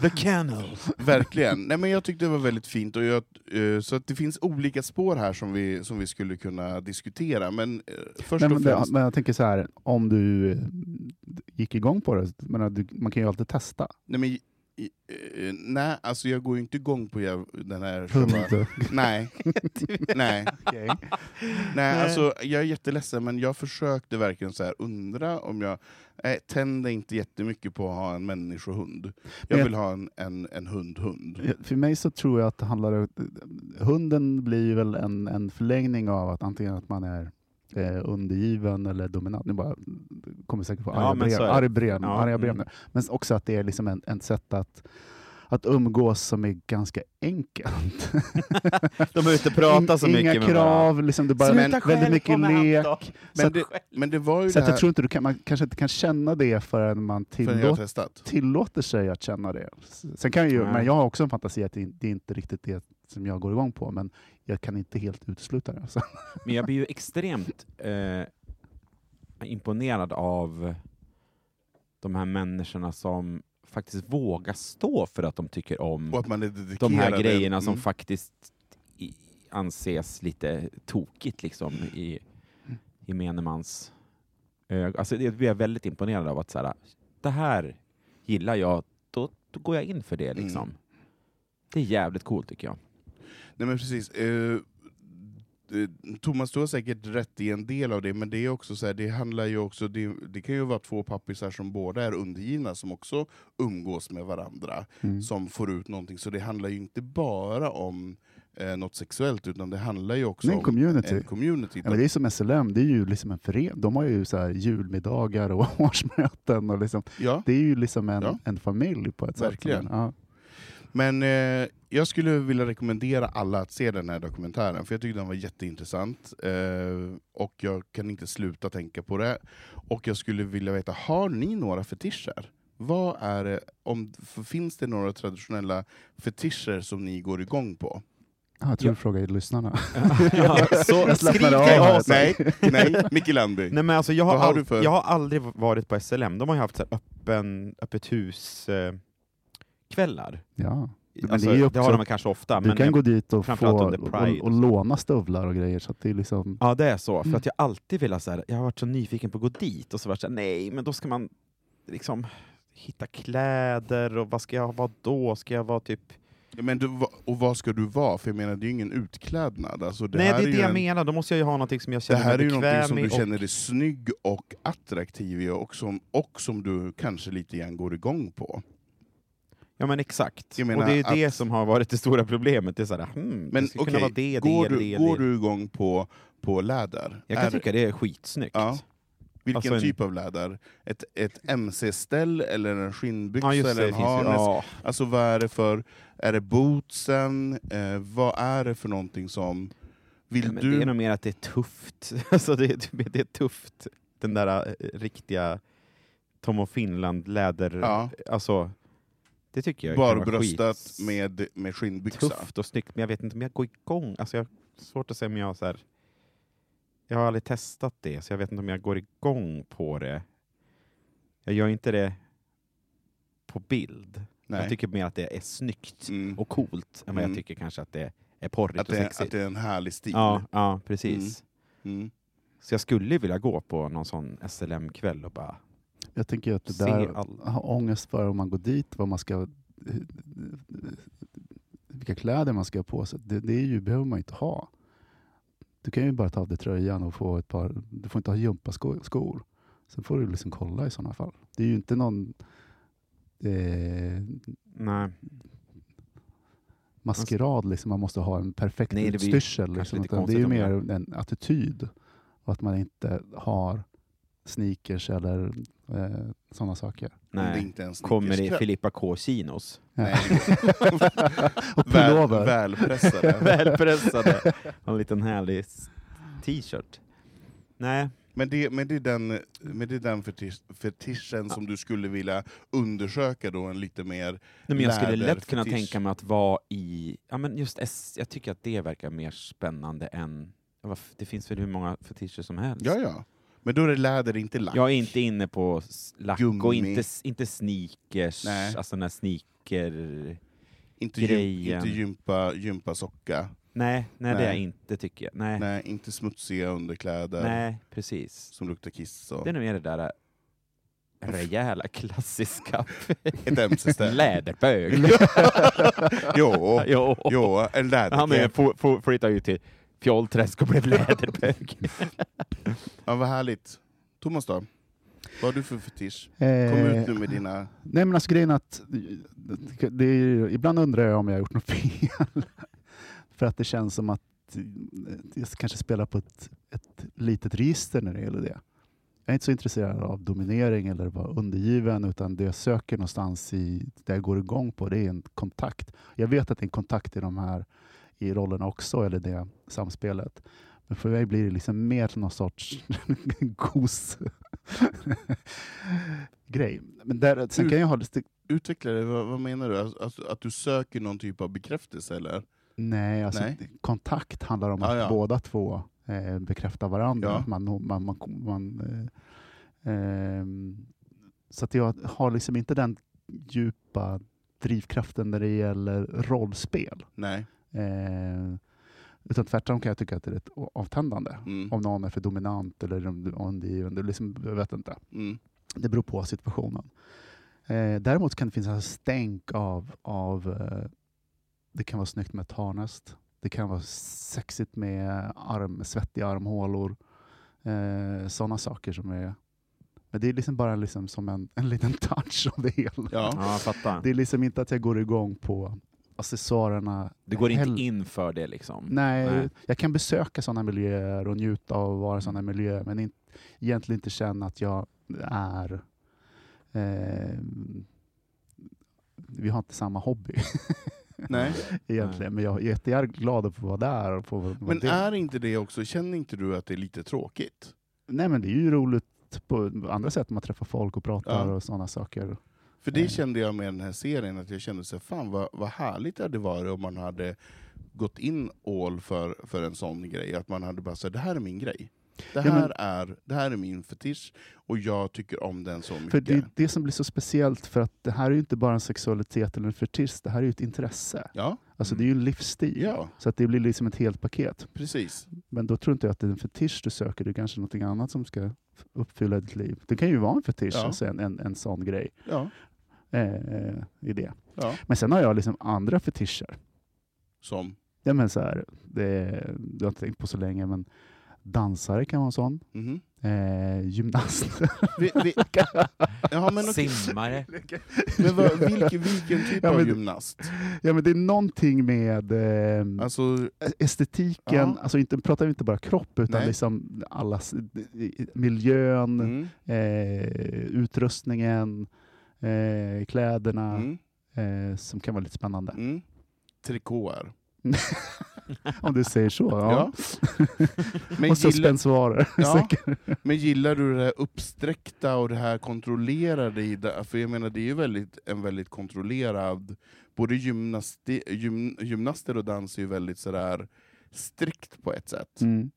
The Kennel.
Verkligen. Nej, men jag tyckte det var väldigt fint. Och jag, eh, så att det finns olika spår här som vi, som vi skulle kunna diskutera. Men eh, först
Nej,
och
men, det,
främst...
men jag tänker så här, om du eh, gick igång på det, jag menar, du, man kan ju alltid testa.
Nej, men, i- eh, nej, alltså jag går ju inte igång på jäv- den här...
Hund.
Nej. nej.
[laughs] Okej.
Nej, alltså jag är jätteledsen, men jag försökte verkligen så här undra om jag... Eh, tände inte jättemycket på att ha en människohund. Jag
Men jag-
vill ha en, en, en hund-hund.
Ja, För mig så tror jag att det handlar eh, hunden blir ju väl en, en förlängning av att antingen att man är eh, undergiven eller dominant. Nu bara, kommer säkert få
Ja,
arga
men
brev-
så är det.
arga brev
Ja,
arga brev
mm.
nu. Men också att det är liksom en, en sätt att, att umgås som är ganska enkelt.
De är ute och pratar så
Inga
mycket med varandra.
krav, liksom, det är bara väldigt mycket lek. Så
Men
att,
det, men det var ju
så
det
att
här...
jag tror inte du kan, man kanske inte kan känna det förrän man
förrän jag har
tillåter
testat.
tillåter sig att känna det. Sen kan jag ju,
Nej.
men jag har också en fantasi att det det är inte riktigt det som jag går igång på, men jag kan inte helt utesluta
[laughs]
det. alltså. Så.
Men jag blir ju extremt eh, imponerad av de här människorna som faktiskt vågar stå för att de tycker
Och
om
att man är dedikerad.
de här grejerna som
Mm.
faktiskt i, anses lite tokigt liksom i gemene mans ögon. Alltså det blir jag väldigt imponerad av att så här, det här gillar jag, då, då går jag in för det liksom. Det är jävligt coolt tycker jag.
Nej men precis. Eh, eh, Thomas, du har säkert rätt i en del av det, men det är också så här, det handlar ju också, det, det kan ju vara två pappisar som båda är undergivna, som också umgås med varandra,
Mm.
som får ut någonting. Så det handlar ju inte bara om eh, något sexuellt, utan det handlar ju också
Det är en
om
community.
en community.
Ja, men det är som SLM, det är ju liksom en förening. De har ju så här julmiddagar och [laughs] årsmöten. Och liksom,
Ja.
det är ju liksom en,
Ja.
en familj på ett
Verkligen.
sätt. Ja.
Men eh, jag skulle vilja rekommendera alla att se den här dokumentären, för jag tyckte den var jätteintressant. Eh, och jag kan inte sluta tänka på det. Och jag skulle vilja veta, har ni några fetischer? Vad är det, om, för finns det några traditionella fetischer som ni går
[laughs]
igång på?
Ah, jag tror
Ja.
du frågade
[laughs]
lyssnarna.
så
[laughs] Jag slappnar
skriker
av
jag
här.
av sig.
nej, nej, Micke Landy.
Nej, men alltså, jag, har
Vad har
all,
du för-
jag har aldrig varit på SLM, de har ju haft så här öppen, öppet hus-kvällar.
Ja. Men
alltså,
det är
det,
ju
har
också-
de kanske ofta.
Du
men
kan
jag,
gå dit och, få,
framförallt
och,
under Pride.
och låna stövlar och grejer. Så att det är liksom,
Ja, det är så. För
Mm.
att jag alltid vill ha så här, jag har varit så nyfiken på att gå dit och så varit så här, nej, men då ska man liksom hitta kläder och vad ska jag vara då? Ska jag vara typ...
Men du, va- och vad ska du vara? För jag menar, det är ju ingen utklädnad. Alltså, det
nej,
här
det är
ju
det jag
en-
menar. Då måste jag ju ha någonting som jag
Det
känner
här är
mig
ju någonting
bekväm
som
i.
du
och-
känner dig snygg och attraktiv i och som, och som du kanske lite grann går igång på.
Ja, men exakt.
Jag
och
menar
det är ju det
att-
som har varit det stora problemet. Det är så här, hmm,
Men
det skulle kunna
okej,
vara det,
går,
det,
du,
det,
går
det.
du igång på, på läder?
Jag kan
Är-
tycka det är skitsnyggt.
Ja. vilken
alltså en-
typ av läder? Ett, ett mc-ställ, eller en skinnbyxa,
Ja, just det.
eller
det
en
finns ju,
harnesk?
ja.
Alltså vad är det för... Är det bootsen? Eh, vad är det för någonting som... Vill
men
du...
Det är nog mer att det är tufft. [laughs] Alltså det, är- det är tufft. Den där eh, riktiga Tom och Finland läder...
Ja.
Alltså, det tycker jag kan vara
Barbröstat
skits-
med, med skinnbyxa?
Tufft och snyggt, men jag vet inte om jag går igång. Alltså jag har svårt att säga om jag så här, Jag har aldrig testat det, så jag vet inte om jag går igång på det. Jag gör inte det på bild.
Nej.
Jag tycker mer att det är snyggt
Mm.
och coolt än vad
Mm.
jag tycker kanske att det är porrigt
att,
och
det,
sexigt.
att det är en härlig stil?
ja, ja, precis.
Mm. Mm.
Så jag skulle vilja gå på någon sån SLM-kväll och bara...
jag tänker att det
Se
där
all-
har ångest för om man går dit, vad man ska, eh, vilka kläder man ska ha på sig. Det, det är ju, behöver man inte ha. Du kan ju bara ta av dig tröjan och få ett par, du får inte ha gympaskor. skor. Sen får du liksom kolla i sådana fall. Det är ju inte någon eh,
Nej,
maskerad, liksom. man måste ha en perfekt
Nej, det blir
utstyrsel.
kanske
Liksom.
lite
Utan Det är
konstigt
ju
om
mer en attityd och att man inte har sneakers eller eh, sådana saker.
Om det
Nej.
inte ens
Kommer i Filippa K. Chinos. [laughs]
Ja. [laughs]
och
och pullover.
[laughs]
Välpressade.
Välpressade. Och en liten härlig s- t-shirt. Nej,
Men det, men det är den, men det är den fetisch, fetischen som du skulle vilja undersöka då en lite mer...
Nej, men jag skulle lätt kunna
Läderfetisch.
tänka mig att vara i... Ja, men just S, jag tycker att det verkar mer spännande än... ja, vad f- Det finns väl hur många fetischer som helst?
Ja, ja. Men då är det läder, inte lack.
Jag är inte inne på s- lack och
Gummi.
inte, s- inte sneakers,
Nej.
alltså den här sneaker...
inte gym,
grejen.
inte gympa, gympasocka.
Nej, nej, det är jag
Nej.
inte tycker jag. Nej, nej.
Nej, inte smutsiga underkläder
precis.
som luktar kiss. Och
Det är nog mer det där äh, rejäla klassiska [laughs]
ett mc-ställ.
läderbög.
[laughs] jo,
jo.
jo, en läder.
Han är, for, for, flyttade ju till Fjollträsk och blev läderbög.
Ja, vad härligt. Thomas då? Vad har du för fetisch? Kom
Eh,
ut nu med dina...
Nej men alltså grejen är att, det är, ju- ibland undrar jag om jag har gjort något fel. [laughs] För att det känns som att eh, jag kanske spelar på ett, ett litet register när det gäller det. Jag är inte så intresserad av dominering eller att vara undergiven utan det jag söker någonstans i, det jag går igång på, det är en kontakt. Jag vet att det är en kontakt i de här i rollerna också, eller det samspelet. Men för mig blir det liksom mer någon sorts [laughs] gos-grej. Men där, sen kan jag ha lite
Utveckla det, vad, vad menar du? Alltså, Att, att du söker någon typ av bekräftelse eller?
Nej, alltså
Nej.
kontakt handlar om
Ah,
att
ja.
båda två eh, bekräftar varandra.
Ja.
Att Man, man, man, man, eh, ehm, så att jag har liksom inte den djupa drivkraften när det gäller rollspel.
Nej.
Eh, utan tvärtom kan jag tycka att det är rätt o- avtändande.
Mm.
Om någon är för dominant eller om du- om det är det är liksom, jag vet inte.
Mm.
Det beror på situationen. Eh, däremot kan det finnas en stänk av, av eh, det kan vara snyggt med ett harnest. Det kan vara sexigt med arm, svettiga armhålor. Eh, Sådana saker som är... Men det är liksom bara liksom som en, en liten [laughs] touch av det hela.
Ja.
[laughs] Ja, jag fattar.
Det är liksom inte att jag går igång på accessoarerna.
Du går
Hell-
inte in för det liksom?
Nej,
Nej.
jag kan besöka sådana miljöer och njuta av att vara i sådana miljöer men in, egentligen inte känna att jag är... Eh, vi har inte samma hobby [laughs]
Nej.
egentligen, men jag är jättegärna glad att få vara där. Och få vara vara
Men
del.
är inte det också, känner inte du att det är lite tråkigt?
Nej, men det är ju roligt på andra sätt, man träffar folk och pratar
Ja.
och sådana saker.
För det
Nej.
kände jag med den här serien, att jag kände så här, fan vad, vad härligt det hade varit om man hade gått in all för, för en sån grej. Att man hade bara sagt, det här är min grej. Det
men-
här, är, det här är min fetisch, och jag tycker om den så mycket.
För det är det som blir så speciellt, för att det här är ju inte bara en sexualitet eller en fetisch, det här är ju ett intresse.
Ja,
Alltså det är ju en livsstil.
Mm. ja,
Så att det blir liksom ett helt paket.
precis.
Men då tror inte jag att det är en fetisch du söker, det är kanske något annat som ska f- uppfylla ditt liv. Det kan ju vara en fetisch,
Ja.
alltså en, en, en sån grej.
Ja,
Eh, eh, i det.
ja.
Men sen har jag liksom andra fetischer.
Som.
Ja, men så här, det, du har inte tänkt på så länge, men dansare kan vara en sån.
Mhm.
Eh, gymnast. [laughs]
Vi, vi, [laughs] ja, men, okej. [laughs]
Simmare.
men vad, vilken, vilken typ
Ja,
av
men-
gymnast?
ja, men det är någonting med eh,
Alltså,
estetiken,
Ja.
alltså inte, pratar vi inte bara kropp, utan
Nej.
liksom alla, s- miljön,
mm,
eh, utrustningen, eh, kläderna.
mm,
eh, som kan vara lite spännande.
[laughs] mm. Trikåer.
Om du säger så. Ja.
Ja. Men
och [laughs]
gillar-
suspensoarer.
Ja.
säkert.
Men gillar du det här uppsträckta och det här kontrollerade? I det? För jag menar, det är ju väldigt, en väldigt kontrollerad... Både gymnasti, gym, gymnaster och dans är ju väldigt sådär strikt på ett sätt.
Mm.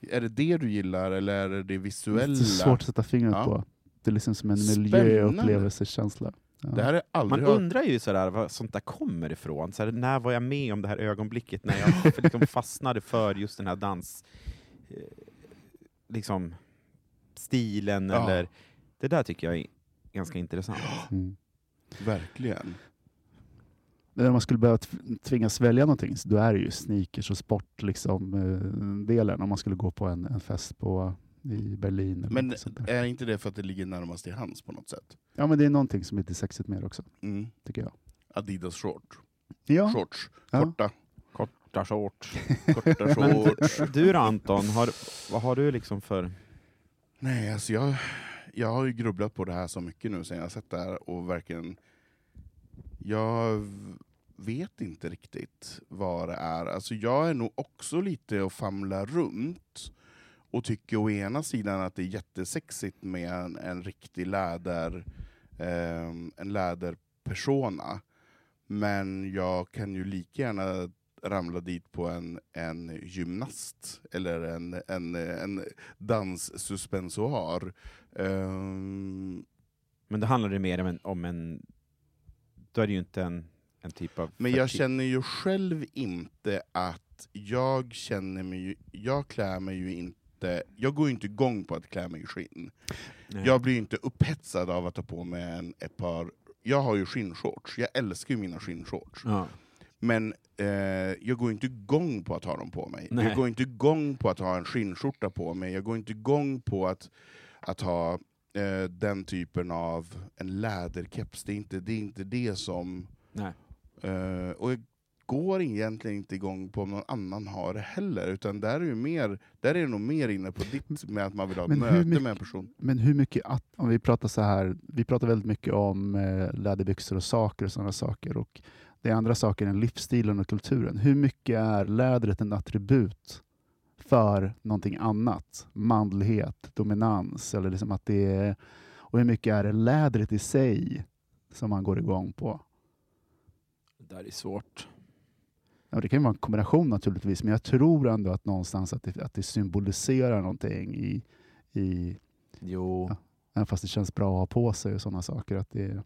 Är det det du gillar, eller är det det
Det är
visuella?
så svårt att sätta fingret
Ja.
på. Det är liksom som en
Spännande.
miljöupplevelse-känsla. Ja.
Det här är
Man
aldrig hört.
undrar ju sådär var sånt där kommer ifrån. Såhär, när var jag med om det här ögonblicket när
[laughs]
jag liksom fastnade för just den här dans... eh, Liksom, stilen
Ja.
eller... Det där tycker jag är ganska intressant.
[laughs] Mm.
Verkligen.
Men Om man skulle behöva tv- tvingas välja någonting, så då är det ju sneakers och sport liksom, eh, delen om man skulle gå på en, en fest på, i Berlin. Eller
Men
något sånt där.
är inte det för att det ligger närmast till hands på något sätt?
Ja, men det är någonting som är lite sexigt med det också,
Mm.
tycker jag.
Adidas short.
Ja.
shorts.
Ja.
Korta,
Korta
[laughs]
shorts.
korta
Men
shorts.
du då Anton, har, vad har du liksom för
Nej, alltså jag, jag har ju grubblat på det här så mycket nu sen jag satt där och verkligen... Jag v- vet inte riktigt vad det är. Alltså jag är nog också lite och famlar runt och tycker å ena sidan att det är jättesexigt med en, en riktig läder, ehm, en läderpersona. Men jag kan ju lika gärna ramla dit på en, en gymnast eller en, en, en danssuspensoar. Ehm,
Men då handlar det mer om en... Om en då är det ju inte en, en typ av...
men jag
förtid-
känner ju själv inte att jag känner mig ju, jag klär mig ju inte, jag går ju inte igång på att klä mig i skinn.
Nej.
Jag blir ju inte upphetsad av att ta på mig en, ett par, jag har ju skinnshorts, jag älskar ju mina skinnshorts.
Ja.
Men eh, jag går inte igång på att ha dem på mig.
Nej.
Jag går inte igång på att ha en skinnskjorta på mig. Jag går inte igång på att, att ha eh, den typen av en läderkeps. Det är inte det, är inte det som...
Nej.
Eh, och jag går egentligen inte igång på om någon annan har det heller. Utan där är, ju mer, där är det nog mer inne på ditt med att man vill ha ett
Men hur
möte
mycket-
med en person.
Men hur mycket, att, om vi pratar så här, vi pratar väldigt mycket om eh, läderbyxor och saker och sådana saker. Och det är andra saker än livsstilen och kulturen. Hur mycket är lädret en attribut för någonting annat? Manlighet, dominans eller liksom att det är... Och hur mycket är det lädret i sig som man går igång på?
Det där är svårt.
Ja, det kan ju vara en kombination naturligtvis, men jag tror ändå att någonstans att det, att det symboliserar någonting i, i
Jo.
Ja. Även fast det känns bra att ha på sig och sådana saker. Att det,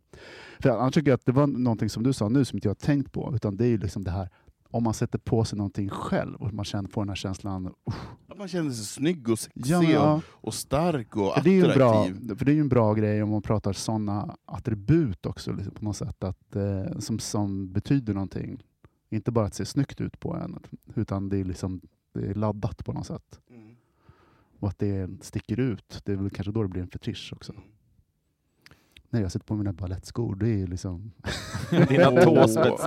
för annars tycker jag att det var någonting som du sa nu som inte jag har tänkt på. Utan det är ju liksom det här om man sätter på sig någonting själv och man känner på den här känslan. "Uff,
Att man känner sig snygg och sexig
ja, men ja."
och, och stark och
För det, är ju en
attraktiv.
bra, för det är ju en bra grej om man pratar sådana attribut också liksom på något sätt. Att, eh, som, som betyder någonting. Inte bara att se snyggt ut på en. Utan det är liksom det är laddat på något sätt.
Mm.
Och att det sticker ut. Det är väl kanske då det blir en fetisch också.
Mm.
Nej, jag sätter på mina balettskor. Det är ju liksom...
[laughs] Dina
[laughs]
Åh.
tåspets.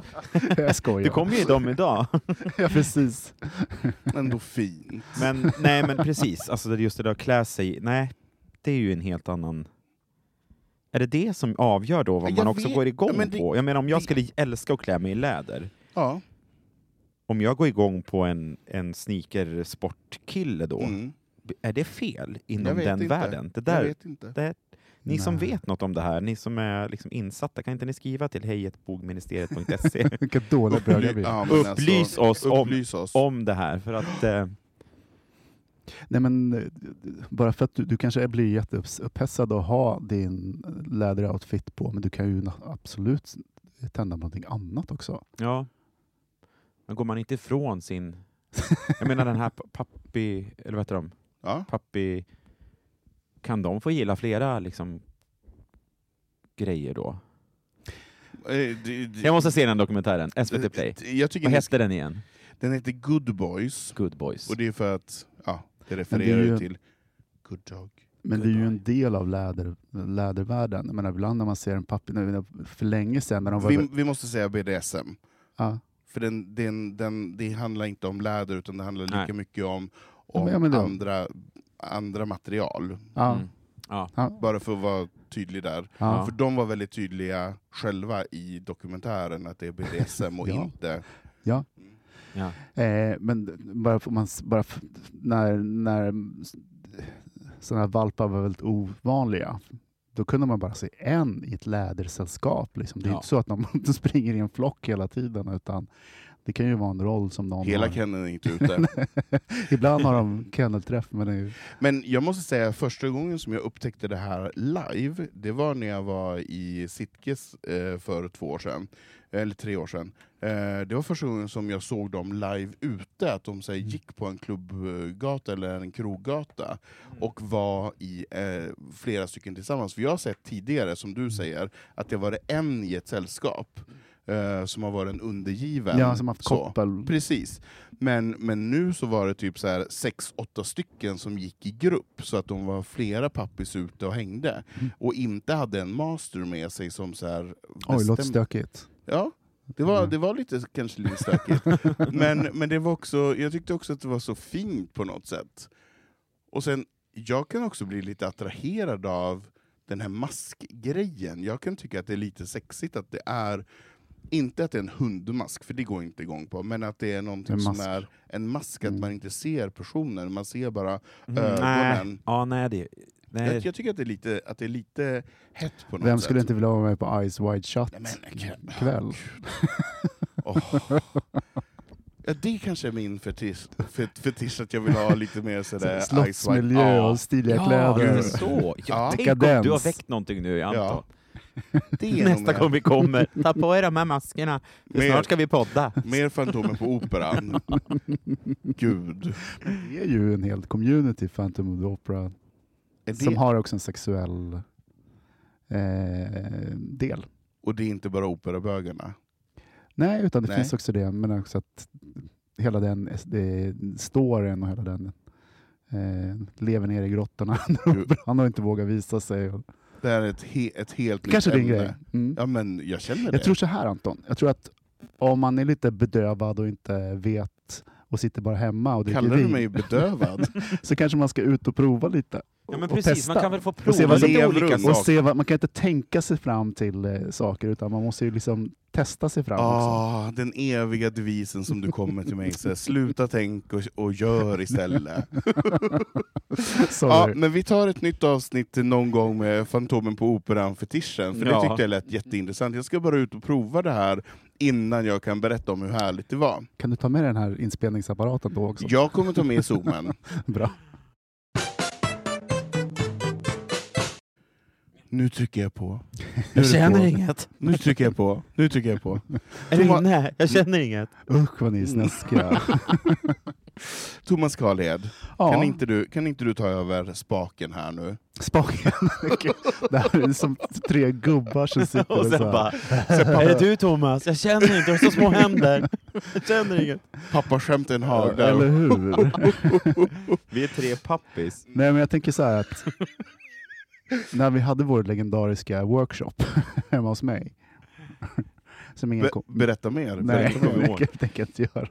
jag skojar.
Du kom ju i dem idag. [laughs]
ja, precis. [laughs]
Ändå fint.
Men nej, men precis. Alltså det är just det där att klä sig. Nej, det är ju en helt annan... Är det det som avgör då vad
Jag
man också
vet-
går igång
Ja, men det-
på? Jag menar om jag
det-
skulle älska att klä mig i läder,
Ja.
om jag går igång på en, en sneakersportkille då,
Mm.
är det fel
Jag
inom
vet
den
inte.
världen? Det
Jag
där,
vet inte.
det, ni som
Nej.
vet något om det här, ni som är liksom insatta, kan inte ni skriva till
[laughs]
hejetbogministeriet.se
[laughs] Vilka dåliga bögar vi är.
Ja, men alltså,
Upplys oss om
upplys oss.
om det här, för att eh,
Nej, men eh, bara för att du, du kanske blir jätteupphetsad att ha din läderoutfit på, men du kan ju na- absolut tända på någonting annat också.
Ja. Men går man inte ifrån sin... Jag
[laughs]
menar den här pa- pappi... Eller vad heter de?
Ja.
Pappi... Kan de få gilla flera liksom grejer då?
Eh, d- d-
Jag måste se den dokumentären.
Eh,
SVT Play.
d- Jag tycker
Vad
den,
hette den igen?
den heter Good Boys,
Good Boys.
och det är för att ja, det
är
refererar ju
ju-
till Good Dog.
Men det är ju en del av läder, lädervärlden. Jag menar, ibland när man ser en papper, nej, men för länge sedan när de var...
Vi, vi måste säga BDSM,
ja.
för den, den, den, det handlar inte om läder utan det handlar lika
Nej.
mycket om,
Ja,
om
men- ja, men då.
andra, andra material.
Ja,
Mm. Ja.
Bara för att vara tydlig där.
ja.
För de var väldigt tydliga själva i dokumentären att det är BDSM och
Ja.
inte...
ja.
Eh, men bara, för man, s- bara för, när, när sådana här valpar var väldigt ovanliga, då kunde man bara se en i ett lädersällskap. Liksom. Det är
Ja.
inte så att de [laughs] springer i en flock hela tiden, utan det kan ju vara en roll som någon
Hela
har.
kenneln är
[laughs]
inte ute.
Ibland har de kennelträff, men det
[laughs]
är ju...
Men jag måste säga, första gången som jag upptäckte det här live, det var när jag var i Sitges eh, för två år sedan, eller tre år sedan. Eh, det var första gången som jag såg dem live ute, att de så
Mm.
här, gick på en klubbgata eller en kroggata
Mm.
och var i eh, flera stycken tillsammans. För jag har sett tidigare, som
Mm.
du säger, att det var det en i ett sällskap eh, som har varit en undergiven.
Mm. Ja, som har haft
så.
koppel.
Precis. Men, men nu så var det typ så här sex, åtta stycken som gick i grupp, så att de var flera pappis ute och hängde. Och inte hade en master med sig som så här
Oj, låter
bestämde-
stökigt.
Ja, det var,
Mm.
det var lite, kanske lite
[laughs]
stökigt. men men det var också, jag tyckte också att det var så fint på något sätt. Och sen, jag kan också bli lite attraherad av den här maskgrejen. Jag kan tycka att det är lite sexigt att det är, inte att det är en hundmask, för det går jag inte igång på, men att det är någonting
En
som
mask.
är en mask, att
Mm.
man inte ser personen, man ser bara
Mm. Nej.
ögonen.
Ja, nej, det, nej.
Jag, jag tycker att det, är lite, att det är lite hett på något
Vem
sätt.
skulle inte vilja vara med på Eyes Wide Shut
Nej, men, gud. [laughs]
kväll?
Åh. Ja, det kanske är min fetisch, fet- fetisch att jag vill ha lite
[laughs]
mer sådär...
Slottsmiljö
Ja.
och stiliga
ja,
kläder.
lite så.
Ja.
Ja, tänk om du har
Dekadens.
väckt någonting nu, Anton.
Ja. Det är nog
Nästa
mer-
gång vi kommer,
[laughs]
ta på er de här maskerna. För
Mer.
snart ska vi podda.
Mer Fantomen på
[laughs]
Operan. Gud.
Det är ju en hel community, Phantom of the Opera,
Är
som
det,
har också en sexuell eh, del.
och det är inte bara operabögarna.
Nej, utan det
Nej.
finns också det, men också att hela den det, storyn och hela den eh, lever nere i grottorna. [laughs]
Du,
Han har inte vågat visa sig. Och,
det här är ett, he, ett helt nytt
kanske din
ämne.
grej. Mm.
Ja, men jag känner det.
Jag tror så här Anton, jag tror att om man är lite bedövad och inte vet och sitter bara hemma och dricker
Kallar du
vin [laughs]
mig bedövad?
så kanske man ska ut och prova lite.
Ja, men
och
precis.
testa.
Man kan väl få
Och se
prova
vad som
lite
lever
olika
runt.
Och
saker.
se vad, man kan inte tänka sig fram till eh, saker utan man måste ju liksom testa sig fram. [laughs] också.
Ah, den eviga devisen som du kommer till mig säger. Sluta tänk och, och
[laughs]
gör istället. Ja,
Ah.
Sorry.
men vi tar ett nytt avsnitt någon gång med Fantomen på Operan-fetischen, för
Ja.
det tyckte jag lät jätteintressant. Jag ska bara ut och prova det här innan jag kan berätta om hur härligt det var.
Kan du ta med den här inspelningsapparaten då också?
Jag kommer ta med zoomen.
[laughs] Bra.
[laughs] Nu trycker jag på. Nu är det på.
inget.
Nu trycker jag på. Nu trycker jag på.
Är
Toma-
du inne? Jag känner inget.
Usch vad ni
[laughs]
är snaskiga.
Thomas Karlhed,
Ja.
kan, inte du, kan inte du ta över spaken här nu?
[laughs] Spaken. Okej. det här är som tre
[laughs]
gubbar som sitter och,
Och sen
så här.
bara... Är det [laughs] du Thomas? Jag känner inte, jag har så små händer. Jag känner inget.
Pappa skämt en
Ja,
hagel.
Eller hur?
Vi är tre pappis.
Nej, men jag tänker så här att när vi hade vår legendariska workshop [laughs] hemma hos mig, [laughs] som ingen
Be-
kom,
berätta mer.
nej,
Berätta mer.
det kan jag tänker inte göra,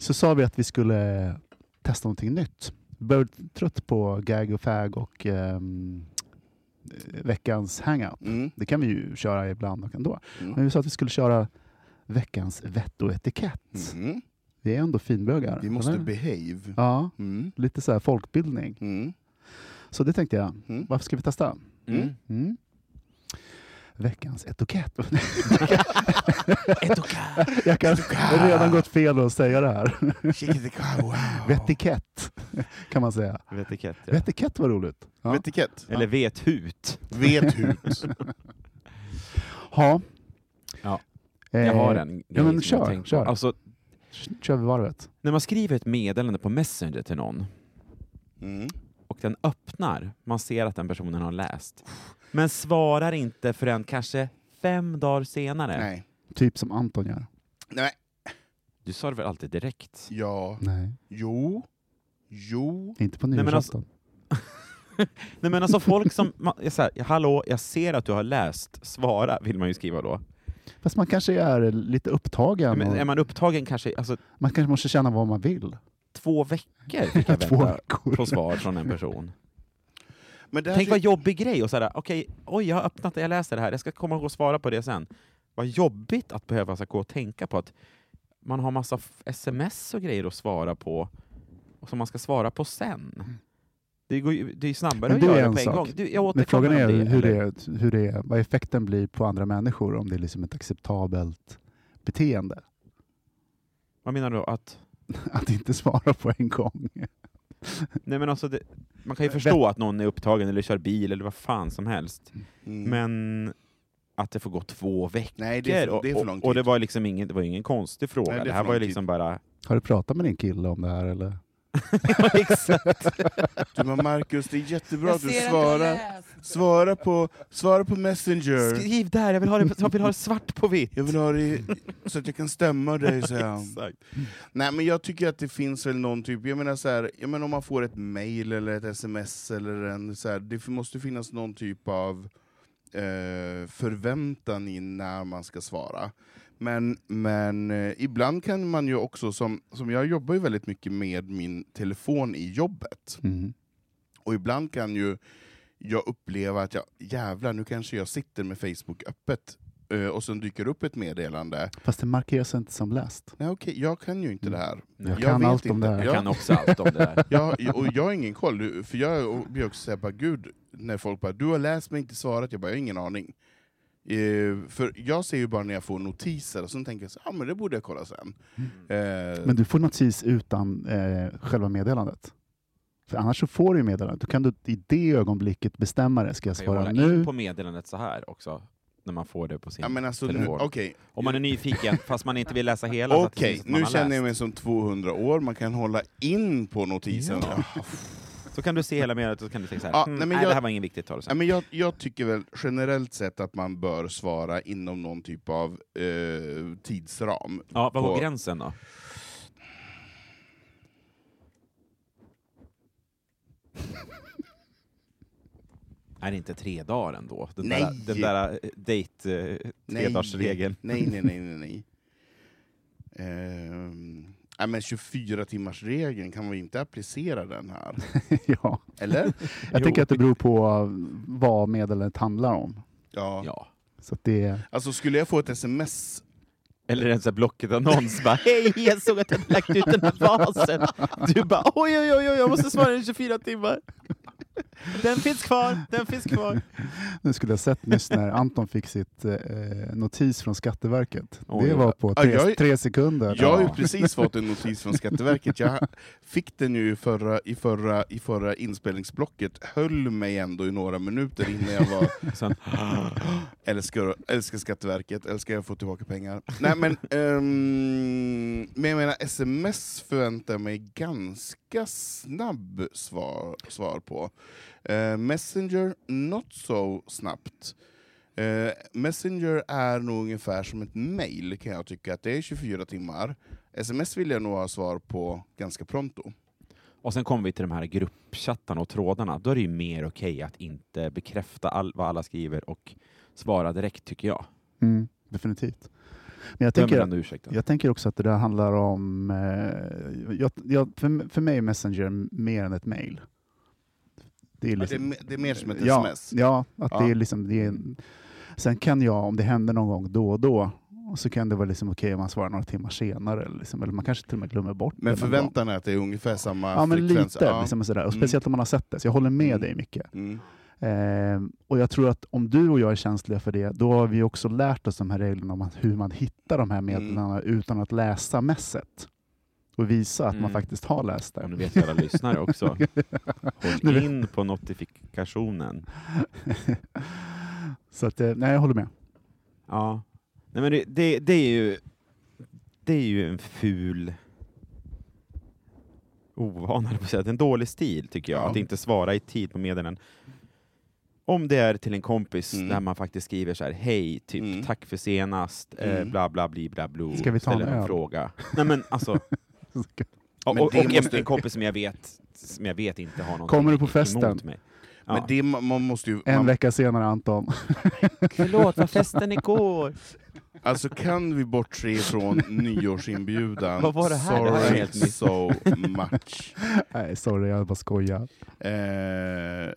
så sa vi att vi skulle testa någonting nytt. Vi började trött på gag och fag och ehm, veckans hangout.
Mm.
Det kan vi ju köra ibland och ändå. Men
Mm.
vi sa att vi skulle köra veckans vett och etikett.
Mm.
Vi är ändå finbögar.
Vi måste
eller?
behave.
Ja,
Mm.
lite så här folkbildning.
Mm.
Så det tänkte jag,
Mm.
varför ska vi testa?
Mm.
Mm. Veckans etikett.
[laughs] Etokar.
Jag kan jag har redan gått fel att säga det här. Vetikett kan man säga.
Vetikett, ja.
Vetikett var roligt. Ja.
Etikett.
Eller vethut.
Vet [laughs] hut.
Ha.
Ja.
Eh,
Jag har en grej
ja, men
som jag
kör,
tänkt på.
kör.
Alltså,
Kör vi varvet.
när man skriver ett meddelande på Messenger till någon
Mm.
och den öppnar, man ser att den personen har läst, men svarar inte förrän kanske fem dagar senare.
Nej.
Typ som Anton gör.
Nej.
Du svarar väl alltid direkt?
Ja.
Nej,
Jo. Jo.
inte på
men
nyårsafton.
alltså- Nej men alltså folk som, [laughs] man, är så här, hallå, jag ser att du har läst, svara vill man ju skriva då.
Fast man kanske är lite upptagen.
Men är
och
man upptagen kanske, alltså
man kanske måste känna vad man vill.
två veckor fick jag
[laughs] Två
vänta på
veckor.
svar från en person.
Men det här
Tänk
ser-
Alltså-
vad jobbig grej och sådär, okej, oj jag har öppnat det, jag läser det här, jag ska komma och svara på det sen. Vad jobbigt att behöva så, här gå och tänka på att man har massa f- sms och grejer att svara på, och som man ska svara på sen. Det, går ju, det är ju snabbare
Mm. Men
att
det är
göra
en
på en
sak.
gång. Du, jag
Men
återkommer
frågan är
om det.
hur
eller?
det, är- hur det är, vad effekten blir på andra människor om det är liksom ett acceptabelt beteende. [laughs]
Vad menar du? Att,
Att inte svara på en gång.
nej men alltså det, man kan ju förstå att någon är upptagen eller kör bil eller vad fan som helst,
Mm.
men att det får gå två veckor.
Nej, det är för, det är för lång
och, och det
tid.
var liksom ingen, det var ingen konstig fråga.
Nej, det är
det,
för
här var ju
lång tid.
liksom bara...
Har du pratat med din kille om det här eller?
Ja, exakt.
Du, men Marcus, det är jättebra att du svarar. Svara på, svara på Messenger.
Skriv där, jag vill ha det, jag vill ha det svart på vitt.
Jag vill ha det så att jag kan stämma dig, säger han.
Exakt.
Nej men jag tycker att det finns väl någon typ, jag menar så här, jag menar om man får ett mail eller ett sms eller en så här, det måste finnas någon typ av eh, förväntan i när man ska svara. Men, men eh, ibland kan man ju också, som, som jag jobbar ju väldigt mycket med min telefon i jobbet,
Mm.
Och ibland kan ju jag uppleva att jag, jävlar, nu kanske jag sitter med Facebook öppet eh, och sen dyker upp ett meddelande.
Fast det markeras inte som läst.
Nej okej, jag kan ju
Mm.
inte det här.
Jag kan
vet
allt om det här.
Jag-
Jag
Ja.
kan också allt om det där.
Ja, och jag har ingen koll, för jag blir också såhär, bara, gud, när folk bara ”du har läst men inte svarat”, jag bara ”jag har ingen aning”. Eh, för jag ser ju bara när jag får notiser, och så tänker jag så här, ah, men det borde jag kolla sen”. Eh,
Men du får notis utan eh, själva meddelandet. För annars så får du ju meddelandet. Då kan du i det ögonblicket bestämma det. Ska jag
Kan jag
svara
hålla in
nu?
på meddelandet så här också? När man får det på sin
ja, men alltså, nu,
telefon.
okej,
Om man är nyfiken, fast man inte vill läsa hela. så att det
okej,
syns att man
nu
har
känner
läst.
jag mig som 200 år, man kan hålla in på notisen.
Ja.
Ah,
Så kan du se hela meddelandet och så kan du tänka så här,
Ja,
mm,
nej,
nej,
men jag-
det här var inget viktigt, ta det
[laughs] Ja,
sen.
men jag, jag tycker väl generellt sett att man bör svara inom någon typ av eh, tidsram.
Ja, vad
på-
går gränsen då? Är det inte tre dagar ändå? Den
Nej.
där, den där eh, dejt, eh, tredagarsregeln.
Nej, nej, nej, nej. nej. Ehm, nej, men 24 timmars regeln kan man ju inte applicera den här?
[laughs] ja.
Eller?
Jag
Jo.
tänker att det beror på eh, vad meddelandet handlar om.
Ja.
Ja.
Så att det är...
Alltså skulle jag få ett sms...
Eller en sån här Blocket-annons. bara, Hej, jag såg att du hade lagt ut den här vasen. Du bara oj, oj, oj, oj, jag måste svara i 24 timmar. Den finns kvar, den finns kvar.
Nu skulle jag sett nyss när Anton fick sitt eh, notis från Skatteverket.
Oj,
det var på
Ja,
tre,
jag är-
tre sekunder.
Jag har ju precis fått en notis från Skatteverket. Jag fick den ju i förra, i förra, i förra inspelningsblocket. Höll mig ändå i några minuter innan jag var...
Sen,
[gasps] Älskar, älskar Skatteverket, älskar jag få tillbaka pengar. Nej men, ehm, men jag menar sms förväntar jag mig ganska snabb svar, svar på. Eh, Messenger, not so snabbt. Eh, Messenger är nog ungefär som ett mail kan jag tycka, att det är 24 timmar. Sms vill jag nog ha svar på ganska pronto.
och sen kommer vi till de här gruppchattarna och trådarna. Då är det ju mer okej att inte bekräfta all, vad alla skriver och svara direkt, tycker jag.
Mm, definitivt. Men jag
Döm
tänker,
den ursäkten.
Jag tänker också att det där handlar om... Eh, jag, jag, för, för mig är Messenger mer än ett mejl. är
Det är,
liksom-
me- det är mer som ett
ja,
sms.
Ja, att
Ja.
Det är liksom, det är, en- sen kan jag, om det händer någon gång då och då, så kan det vara liksom okej om man svarar några timmar senare. eller Liksom, eller man kanske till och med glömmer bort
Men
det någon gång.
förväntan är att det är ungefär samma
Ja, men
frekvens.
lite.
Ja.
Liksom, och sådär. Och
Mm.
speciellt om man har sett det. Så jag håller med
Mm.
dig mycket.
Mm.
Eh, och jag tror att om du och jag är känsliga för det, då har vi också lärt oss de här reglerna om att hur man hittar
Mm.
de här meddelandena utan att läsa messet och visa att man
Mm.
faktiskt har läst
Och nu
det.
vet ju alla lyssnare också.
Nu
Håll
vet-
in på notifikationen.
[laughs] Så att, eh, nej, jag håller med.
Ja. Nej, men det, det, det, är ju, det är ju en ful ovana, höll jag på att säga. Det är en dålig stil, tycker jag,
Ja.
att inte svara i tid på meddelanden. Om det är till en kompis
Mm.
där man faktiskt skriver så här, hej, typ,
Mm.
tack för senast,
Mm.
eh, bla bla bli bla blo,
Ska vi ta
ställer
en
en
öl?
fråga. Nej men
[laughs]
alltså, och,
Men
och, och
det
en,
måste-
en kompis som jag vet, som jag vet inte har någonting
Kommer du på
emot
festen?
mig.
Men
Ja.
det, man man måste ju...
En
Man,
vecka senare Anton.
[laughs] Förlåt, var festen igår?
alltså kan vi
[laughs]
bortse ifrån nyårsinbjudan?
Vad var det här?
Sorry
Det här är helt nytt.
so
[laughs]
much.
nej, sorry, jag bara skojar.
Eh,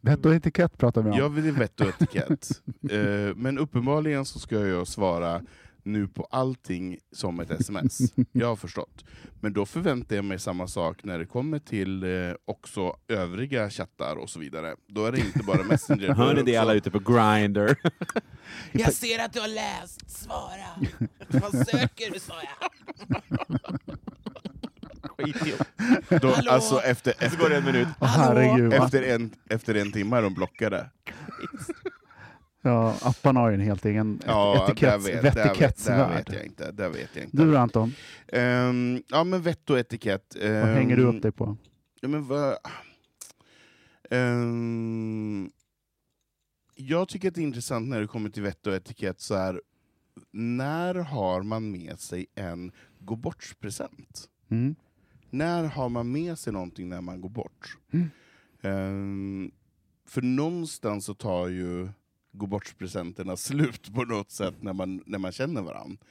Vett och etikett pratar vi om.
jag vill ju vett och etikett. [laughs] Eh, men uppenbarligen så ska jag svara nu på allting som ett sms. Jag har förstått. Men då förväntar jag mig samma sak när det kommer till eh, också övriga chattar och så vidare. Då är det inte bara Messenger.
Hör ni det
också-
alla ute på Grindr?
Jag
ser att du har läst, svara! Vad söker du sa jag?
Då,
Hallå?
alltså efter, efter,
går det en minut.
Åh, herregud, va?
efter, en, efter en timme är de blockade.
ja, apparna har ju en helt egen
Ja,
etiketts,
där vet, Där vet, där vet jag
vettikettsvärld.
inte. Där vet jag inte.
Du då Anton,
Ehm, ja, men vett och etikett. Ehm,
vad hänger du upp dig på?
Ja, men vad... Ehm, jag tycker att det är intressant när det kommer till vett och etikett, så här, när har man med sig en gå bort-present?
Mm.
När har man med sig någonting när man går bort?
Mm.
Ehm, för någonstans så tar ju gå bort-presenterna [laughs] slut på något sätt när man, när man känner Ehm, varandra.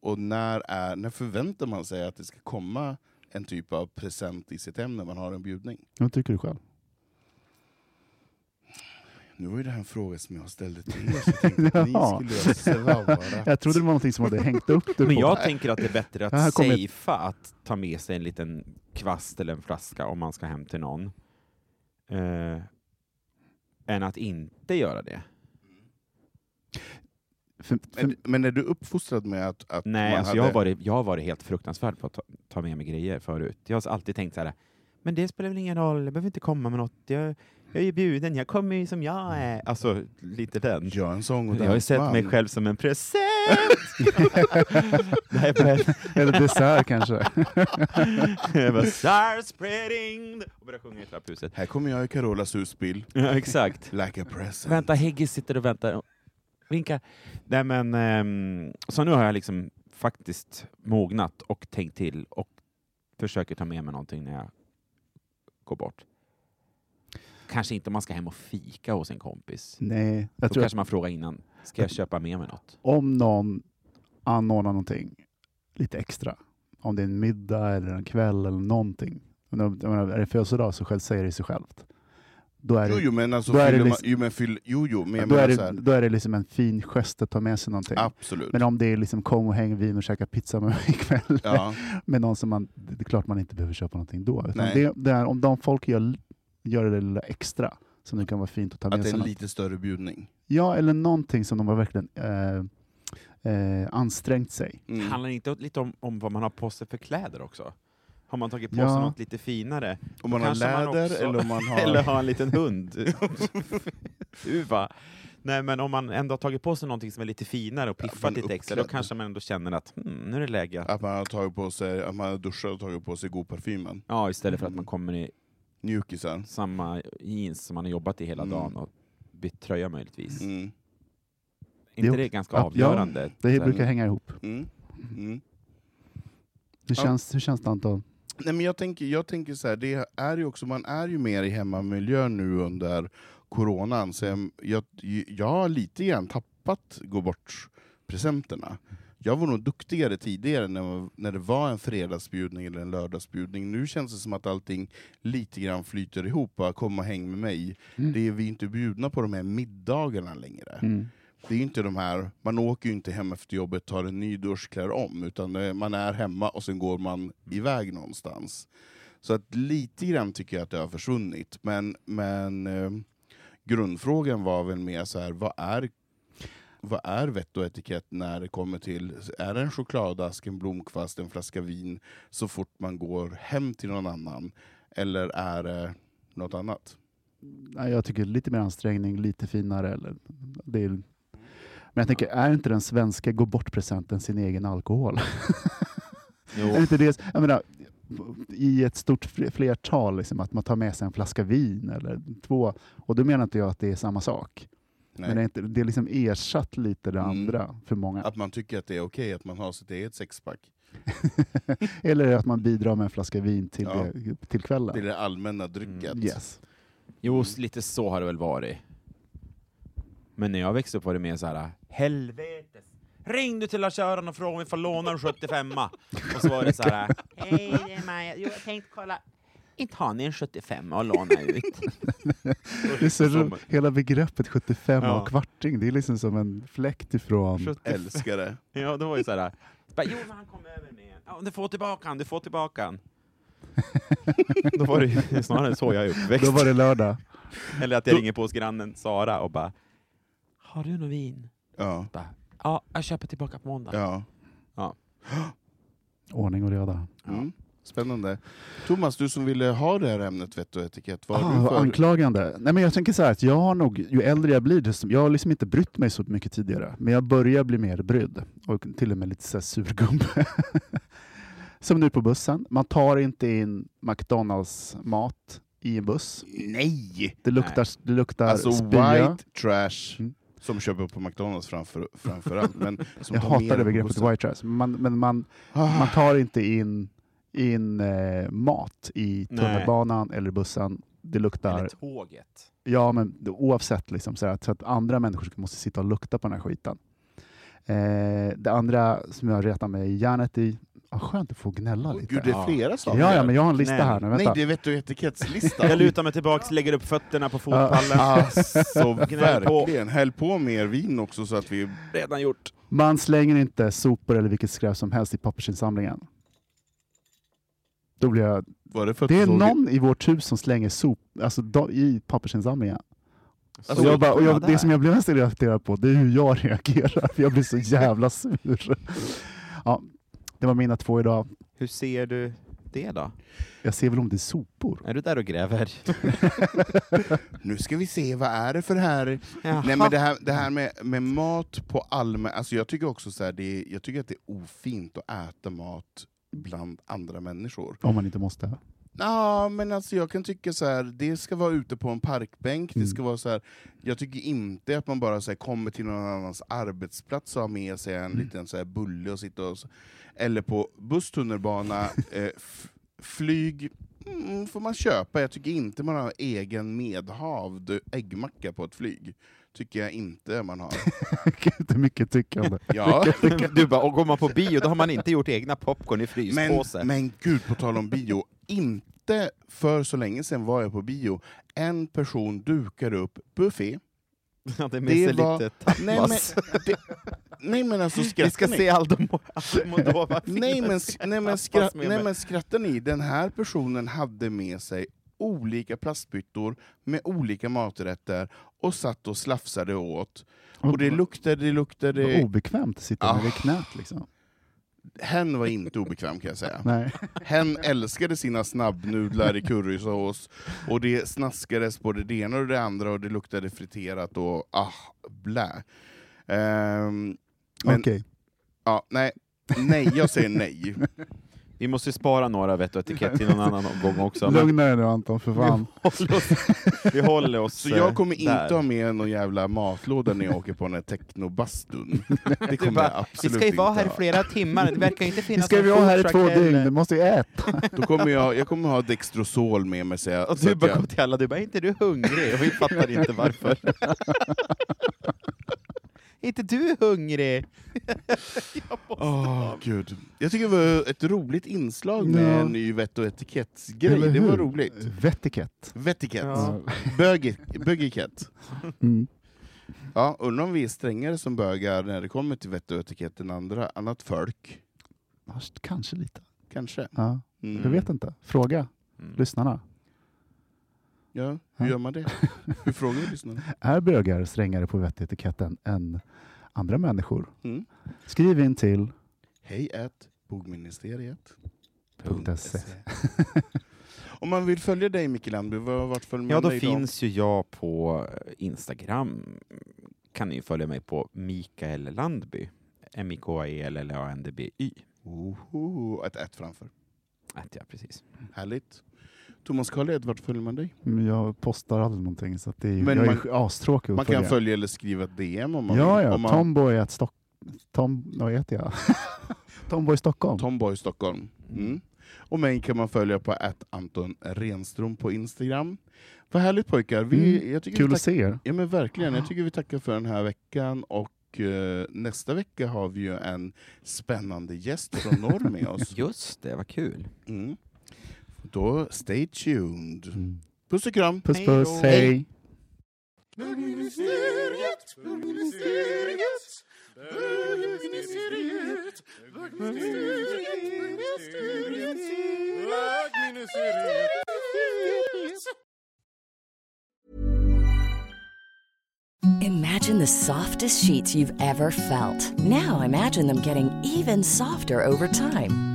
och när, är, när förväntar man sig att det ska komma en typ av present i sitt hem när man har en bjudning?
Vad tycker du själv?
Nu var ju det här en fråga som jag ställde till er, så
[laughs]
jag tänkte att ni
Ja.
skulle ha slarvat.
Jag trodde det var någonting som hade hängt upp dig
Men
på.
jag tänker att det är bättre
Det här
att
kommer ett-
safea att ta med sig en liten kvast eller en flaska om man ska hem till någon. Eh, än att inte göra det.
För, för,
Men, men är du uppfostrad med att, att
Nej,
man
alltså
hade...
jag, har varit, jag har varit helt fruktansvärd på att ta, ta med mig grejer förut. Jag har alltid tänkt så här, men det spelar väl ingen roll, jag behöver inte komma med något. Jag, jag är ju bjuden, jag kommer ju som jag är. Alltså, lite den.
Gör en sång och
Jag har ju sett
[laughs]
dansband.
mig själv som en
[laughs]
present! Nej, men,
[laughs] eller dessert kanske.
[laughs] jag bara, "Stars spreading! Och börjar sjunga i trapphuset.
Här kommer jag i Carolas husbil,
Ja, exakt.
like a present.
Vänta, Higgis sitter och väntar. och Vinkar. Nej, men, ehm, så nu har jag liksom faktiskt mognat och tänkt till och försöker ta med mig någonting när jag går bort. Kanske inte om man ska hem och fika hos en kompis.
Nej, jag
Då
tror att
kanske man frågar innan, ska jag köpa med mig något?
om någon anordnar någonting lite extra, om det är en middag eller en kväll eller någonting. Men om- jag menar, är det födelsedag så själv säger det sig självt. Då är
Jo,
det,
jo, men alltså...
Då är det
fyller man-
liksom-
Jo, men fyll... Jo, jo, men jag
då, är
menar
det,
såhär...
då är det liksom en fin gest att ta med sig någonting.
Absolut.
Men om det är liksom kom och häng vin och käka pizza med mig ikväll
Ja.
[laughs] med någon som man, det är klart man inte behöver köpa någonting då. Utan
Nej.
det, det är, om de folk gör, gör det lilla extra som det kan vara fint att ta
Att
med
det är
sig.
en
något.
lite större bjudning.
Ja, eller någonting som de har verkligen eh, eh, ansträngt sig.
Det
Mm.
handlar inte lite om, om vad man har på sig för kläder också? Har man tagit på sig
Ja.
något lite finare?
Om man
Då
har
kanske man
läder
också- [laughs]
eller om man har...
Eller ha en liten
[laughs]
hund. Uva. Nej, men om man ändå har tagit på sig någonting som är lite finare och
Ja,
piffat
men
lite extra, då
uppklädd.
kanske man ändå känner att hmm, nu är det läge. att-
Att man har tagit på sig, att man har duschat och tagit på sig god parfymen.
Ja, istället för att
Mm.
man kommer i
Mjukisar.
samma jeans som man har jobbat i hela
Mm.
dagen och bytt tröja möjligtvis.
Mm.
Är inte
Jo.
det ganska
Ja,
avgörande?
Det
Sen-
brukar hänga ihop.
Mm. Mm.
Hur
Ja.
känns, hur känns det Anton?
Nej, men jag tänker, jag tänker så här, det är ju också, man är ju mer i hemmamiljö nu under coronan, så jag, jag, jag har lite grann tappat gå bort-presenterna. Jag var nog duktigare tidigare när, när det var en fredagsbjudning eller en lördagsbjudning. Nu känns det som att allting lite grann flyter ihop. Bara, Kom och häng med mig.
Mm.
Det är, vi är inte bjudna på de här middagarna längre.
Mm.
Det är ju inte de här, man åker ju inte hem efter jobbet, tar en ny dusch, klär om, utan eh, man är hemma och sen går man iväg någonstans. Så att lite grann tycker jag att det har försvunnit, men, men eh, grundfrågan var väl mer så här, vad är, vad är vett och etikett när det kommer till, är det en chokladask, en blomkvast, en flaska vin så fort man går hem till någon annan, eller är det något annat?
Nej, jag tycker lite mer ansträngning, lite finare. Eller, det är,
Mm.
men jag tänker, är inte den svenska gå bort-presenten sin egen
[laughs]
alkohol? Är inte det, jag menar, I ett stort fl- flertal, liksom, att man tar med sig en flaska vin eller två. Och då menar inte jag att det är samma sak. Men det är, inte, det är liksom ersatt lite det
Mm.
andra för många.
Att man tycker att det är okej att man har sitt eget sexpack.
Eller att man bidrar med en flaska vin till,
Ja.
det, till kvällen.
Till det allmänna drycket.
Mm. Yes.
Jo, s- lite så har det väl varit. Men när jag växte upp var det mer så här, helvetes. Ring du till lars och fråga om vi får låna en 75
[laughs]
Och så var det så här, hej det är Maja, jo, jag tänkte kolla. Inte har ni en 75 och låna ut?
Det är så, ro- hela begreppet 75
Ja.
och kvarting, det är liksom som en fläkt ifrån...
Älskar det.
Ja, det var ju så här. Bara, jo, men han kom över med en. Ja, du får tillbaka han, du får tillbaka han. Då var det ju snarare så jag är uppväxt.
Då var det lördag.
Eller att jag ringer på hos grannen Sara och bara, har du något vin?
Ja.
Bara, ja, jag köper tillbaka på måndag.
ja.
Ordning och reda.
Mm. Spännande. Thomas, du som ville ha det här ämnet vett och etikett, vad har
Ah,
du för...
Anklagande. Nej, men jag tänker så här att jag har nog, ju äldre jag blir, desto, jag har liksom inte brytt mig så mycket tidigare, men jag börjar bli mer brydd och till och med lite så här surgubbe. [laughs] Som nu på bussen. Man tar inte in McDonalds-mat i en buss.
Nej!
Det luktar, det luktar
Alltså
spya.
white trash
Mm.
som köper på McDonalds framför,
[laughs]
framförallt. Men som
Jag
tar
hatar
med
det
på
begreppet
bussen.
white trash. Man, men man,
Ah,
man tar inte in, in eh, mat i
Nej.
tunnelbanan eller bussen. Det luktar...
Eller tåget.
Ja, men det- oavsett. Liksom, så, här, så att andra människor måste sitta och lukta på den här skiten. Eh, det andra som jag retar mig i hjärnet i ah, skönt att få gnälla lite.
Gud, det är flera saker.
ja, ja, men jag har en lista
Nej.
här nu.
Nej,
Vänta.
det är vett och etikettslistan.
Jag lutar mig tillbaks, lägger upp fötterna på fotpallen.
[laughs]
Alltså,
Gnäll på.
verkligen. Häll på mer vin också så att vi...
Redan gjort.
Man slänger inte sopor eller vilket skräp som helst i pappersinsamlingen. Då blir jag...
Var det för att
Det är
du såg-
någon i vårt hus som slänger sop, alltså, da- i pappersinsamlingen.
Alltså,
Och jag bara, och jag,
där.
det som jag blev mest irriterad på det är hur jag reagerar, för jag blir så jävla sur. Ja, det var mina två idag.
[laughs] Hur ser du det då?
Jag ser väl om det är sopor.
Är du där och gräver?
Nu ska vi se, vad är det för här?
Jaha.
Nej, men det här, det här med, med mat på allmän... Alltså jag tycker också så här, det är, jag tycker att det är ofint att äta mat bland andra människor.
Om man inte måste. [laughs]
Ja, men alltså jag kan tycka så här, det ska vara ute på en parkbänk, det ska vara så här, jag tycker inte att man bara så här, kommer till någon annans arbetsplats och har med sig en liten så här, bulle och sitta och... s- Eller på buss, tunnelbana, eh, f- flyg, mm, får man köpa. Jag tycker inte man har egen medhavd äggmacka på ett flyg. Tycker jag inte man har.
Gud, det är mycket tyckande.
Ja.
[laughs] Du bara, och går man på bio då har man inte gjort egna popcorn i
Men,
fryspåse.
men gud, på tal om bio. Inte för så länge sedan var jag på bio. En person dukade upp buffé.
[laughs] Ja, det är med
det
sig
var-
lite
Nej men,
tapas.
det, nej men alltså skrattar
Vi ska
ni?
se Aldo Mo- Aldo Modova
Nej men, nej, men, skra,
Tapas med
nej
mig.
men skrattar ni? Den här personen hade med sig olika plastbyttor med olika maträtter och satt och slafsade åt. [laughs] Och det Ah. luktade, det
Vad
luktade...
obekvämt att sitta med det i knät liksom.
Hen var inte obekväm kan jag säga.
Nej.
Hen älskade sina snabbnudlar i currysås, och det snaskades både det ena och det andra, och det luktade friterat och ah, blä. Ehm, [laughs] men
Okej.
ja, nej, nej, jag säger nej.
[laughs] Vi måste ju spara några vett och etikett till någon annan
[laughs]
gång också. Men
Lugna dig nu Anton, för fan.
håll oss, vi håller oss
Så jag kommer
eh,
inte ha med någon jävla matlåda när jag åker på den här
[laughs]
technobastun. Det
Du
kommer jag
bara, vi
absolut
ska ju vara
inte
här i
ha.
flera timmar, det verkar inte
Nu
finnas
ska
någon
vi vara här i två
foodtruck
dygn,
heller.
du måste ju äta.
Då kommer jag, jag kommer ha Dextrosol med mig. Så jag,
Och
så typ-
du
att
bara
jag-
går till alla, du bara, är inte du hungrig? Och vi fattar inte varför. Är inte du hungrig?
Åh, gud. Jag tycker det var ett roligt inslag med
Ja.
en ny vett och etikettsgrej. Det var roligt.
Vettikett.
Vetikett.
Ja.
Bögi- Bögikett.
Mm.
Ja, undrar om vi är strängare som bögar när det kommer till vett och etikett än andra, annat folk.
Ja, Kanske lite.
Kanske.
Ja,
Mm.
jag vet inte. Fråga lyssnarna.
Ja, hur gör man det? Hur frågar du lyssnarna?
[laughs] Är bögar strängare på vettetiketten än andra människor?
Mm.
Skriv in till
Hej at bogministeriet. E.
.se.
Om man vill följa dig Micke Landby, vad- vart följer man
Ja, då
dig
finns ju jag på eh, Instagram. Kan ni ju följa mig på Mikael Landby. E M-I-K-A-E-L-L-A-N-D-B-Y.
Oho, ett ett framför.
Att jag precis.
Härligt. Thomas Carlhed, vart följer man dig?
Men Jag postar aldrig någonting, så att det är,
Men
jag är
man-
ju astråkig att
Man kan följa eller skriva ett DM om man
Ja,
vill.
ja.
Om man,
Tomboy at Stock... Tom... Vad heter jag? [laughs] Tomboy Stockholm.
Tomboy Stockholm. Mm. Och mig kan man följa på att Anton Renström på Instagram. Vad härligt pojkar. Vi,
Mm.
jag tycker
Kul
vi
att Ah.
tack-
se er.
ja, men verkligen. Jag tycker vi tackar för den här veckan och eh, nästa vecka har vi ju en spännande gäst från norr med
[laughs]
oss.
Just det, vad kul.
Mm. Då stay tuned. Puss och kram.
Mm. Puss puss,
Hej.
hej!
Bögministeriet, bögministeriet, bögministeriet, bögministeriet, bögministeriet.
Imagine the softest sheets you've ever felt. Now imagine them getting even softer over time.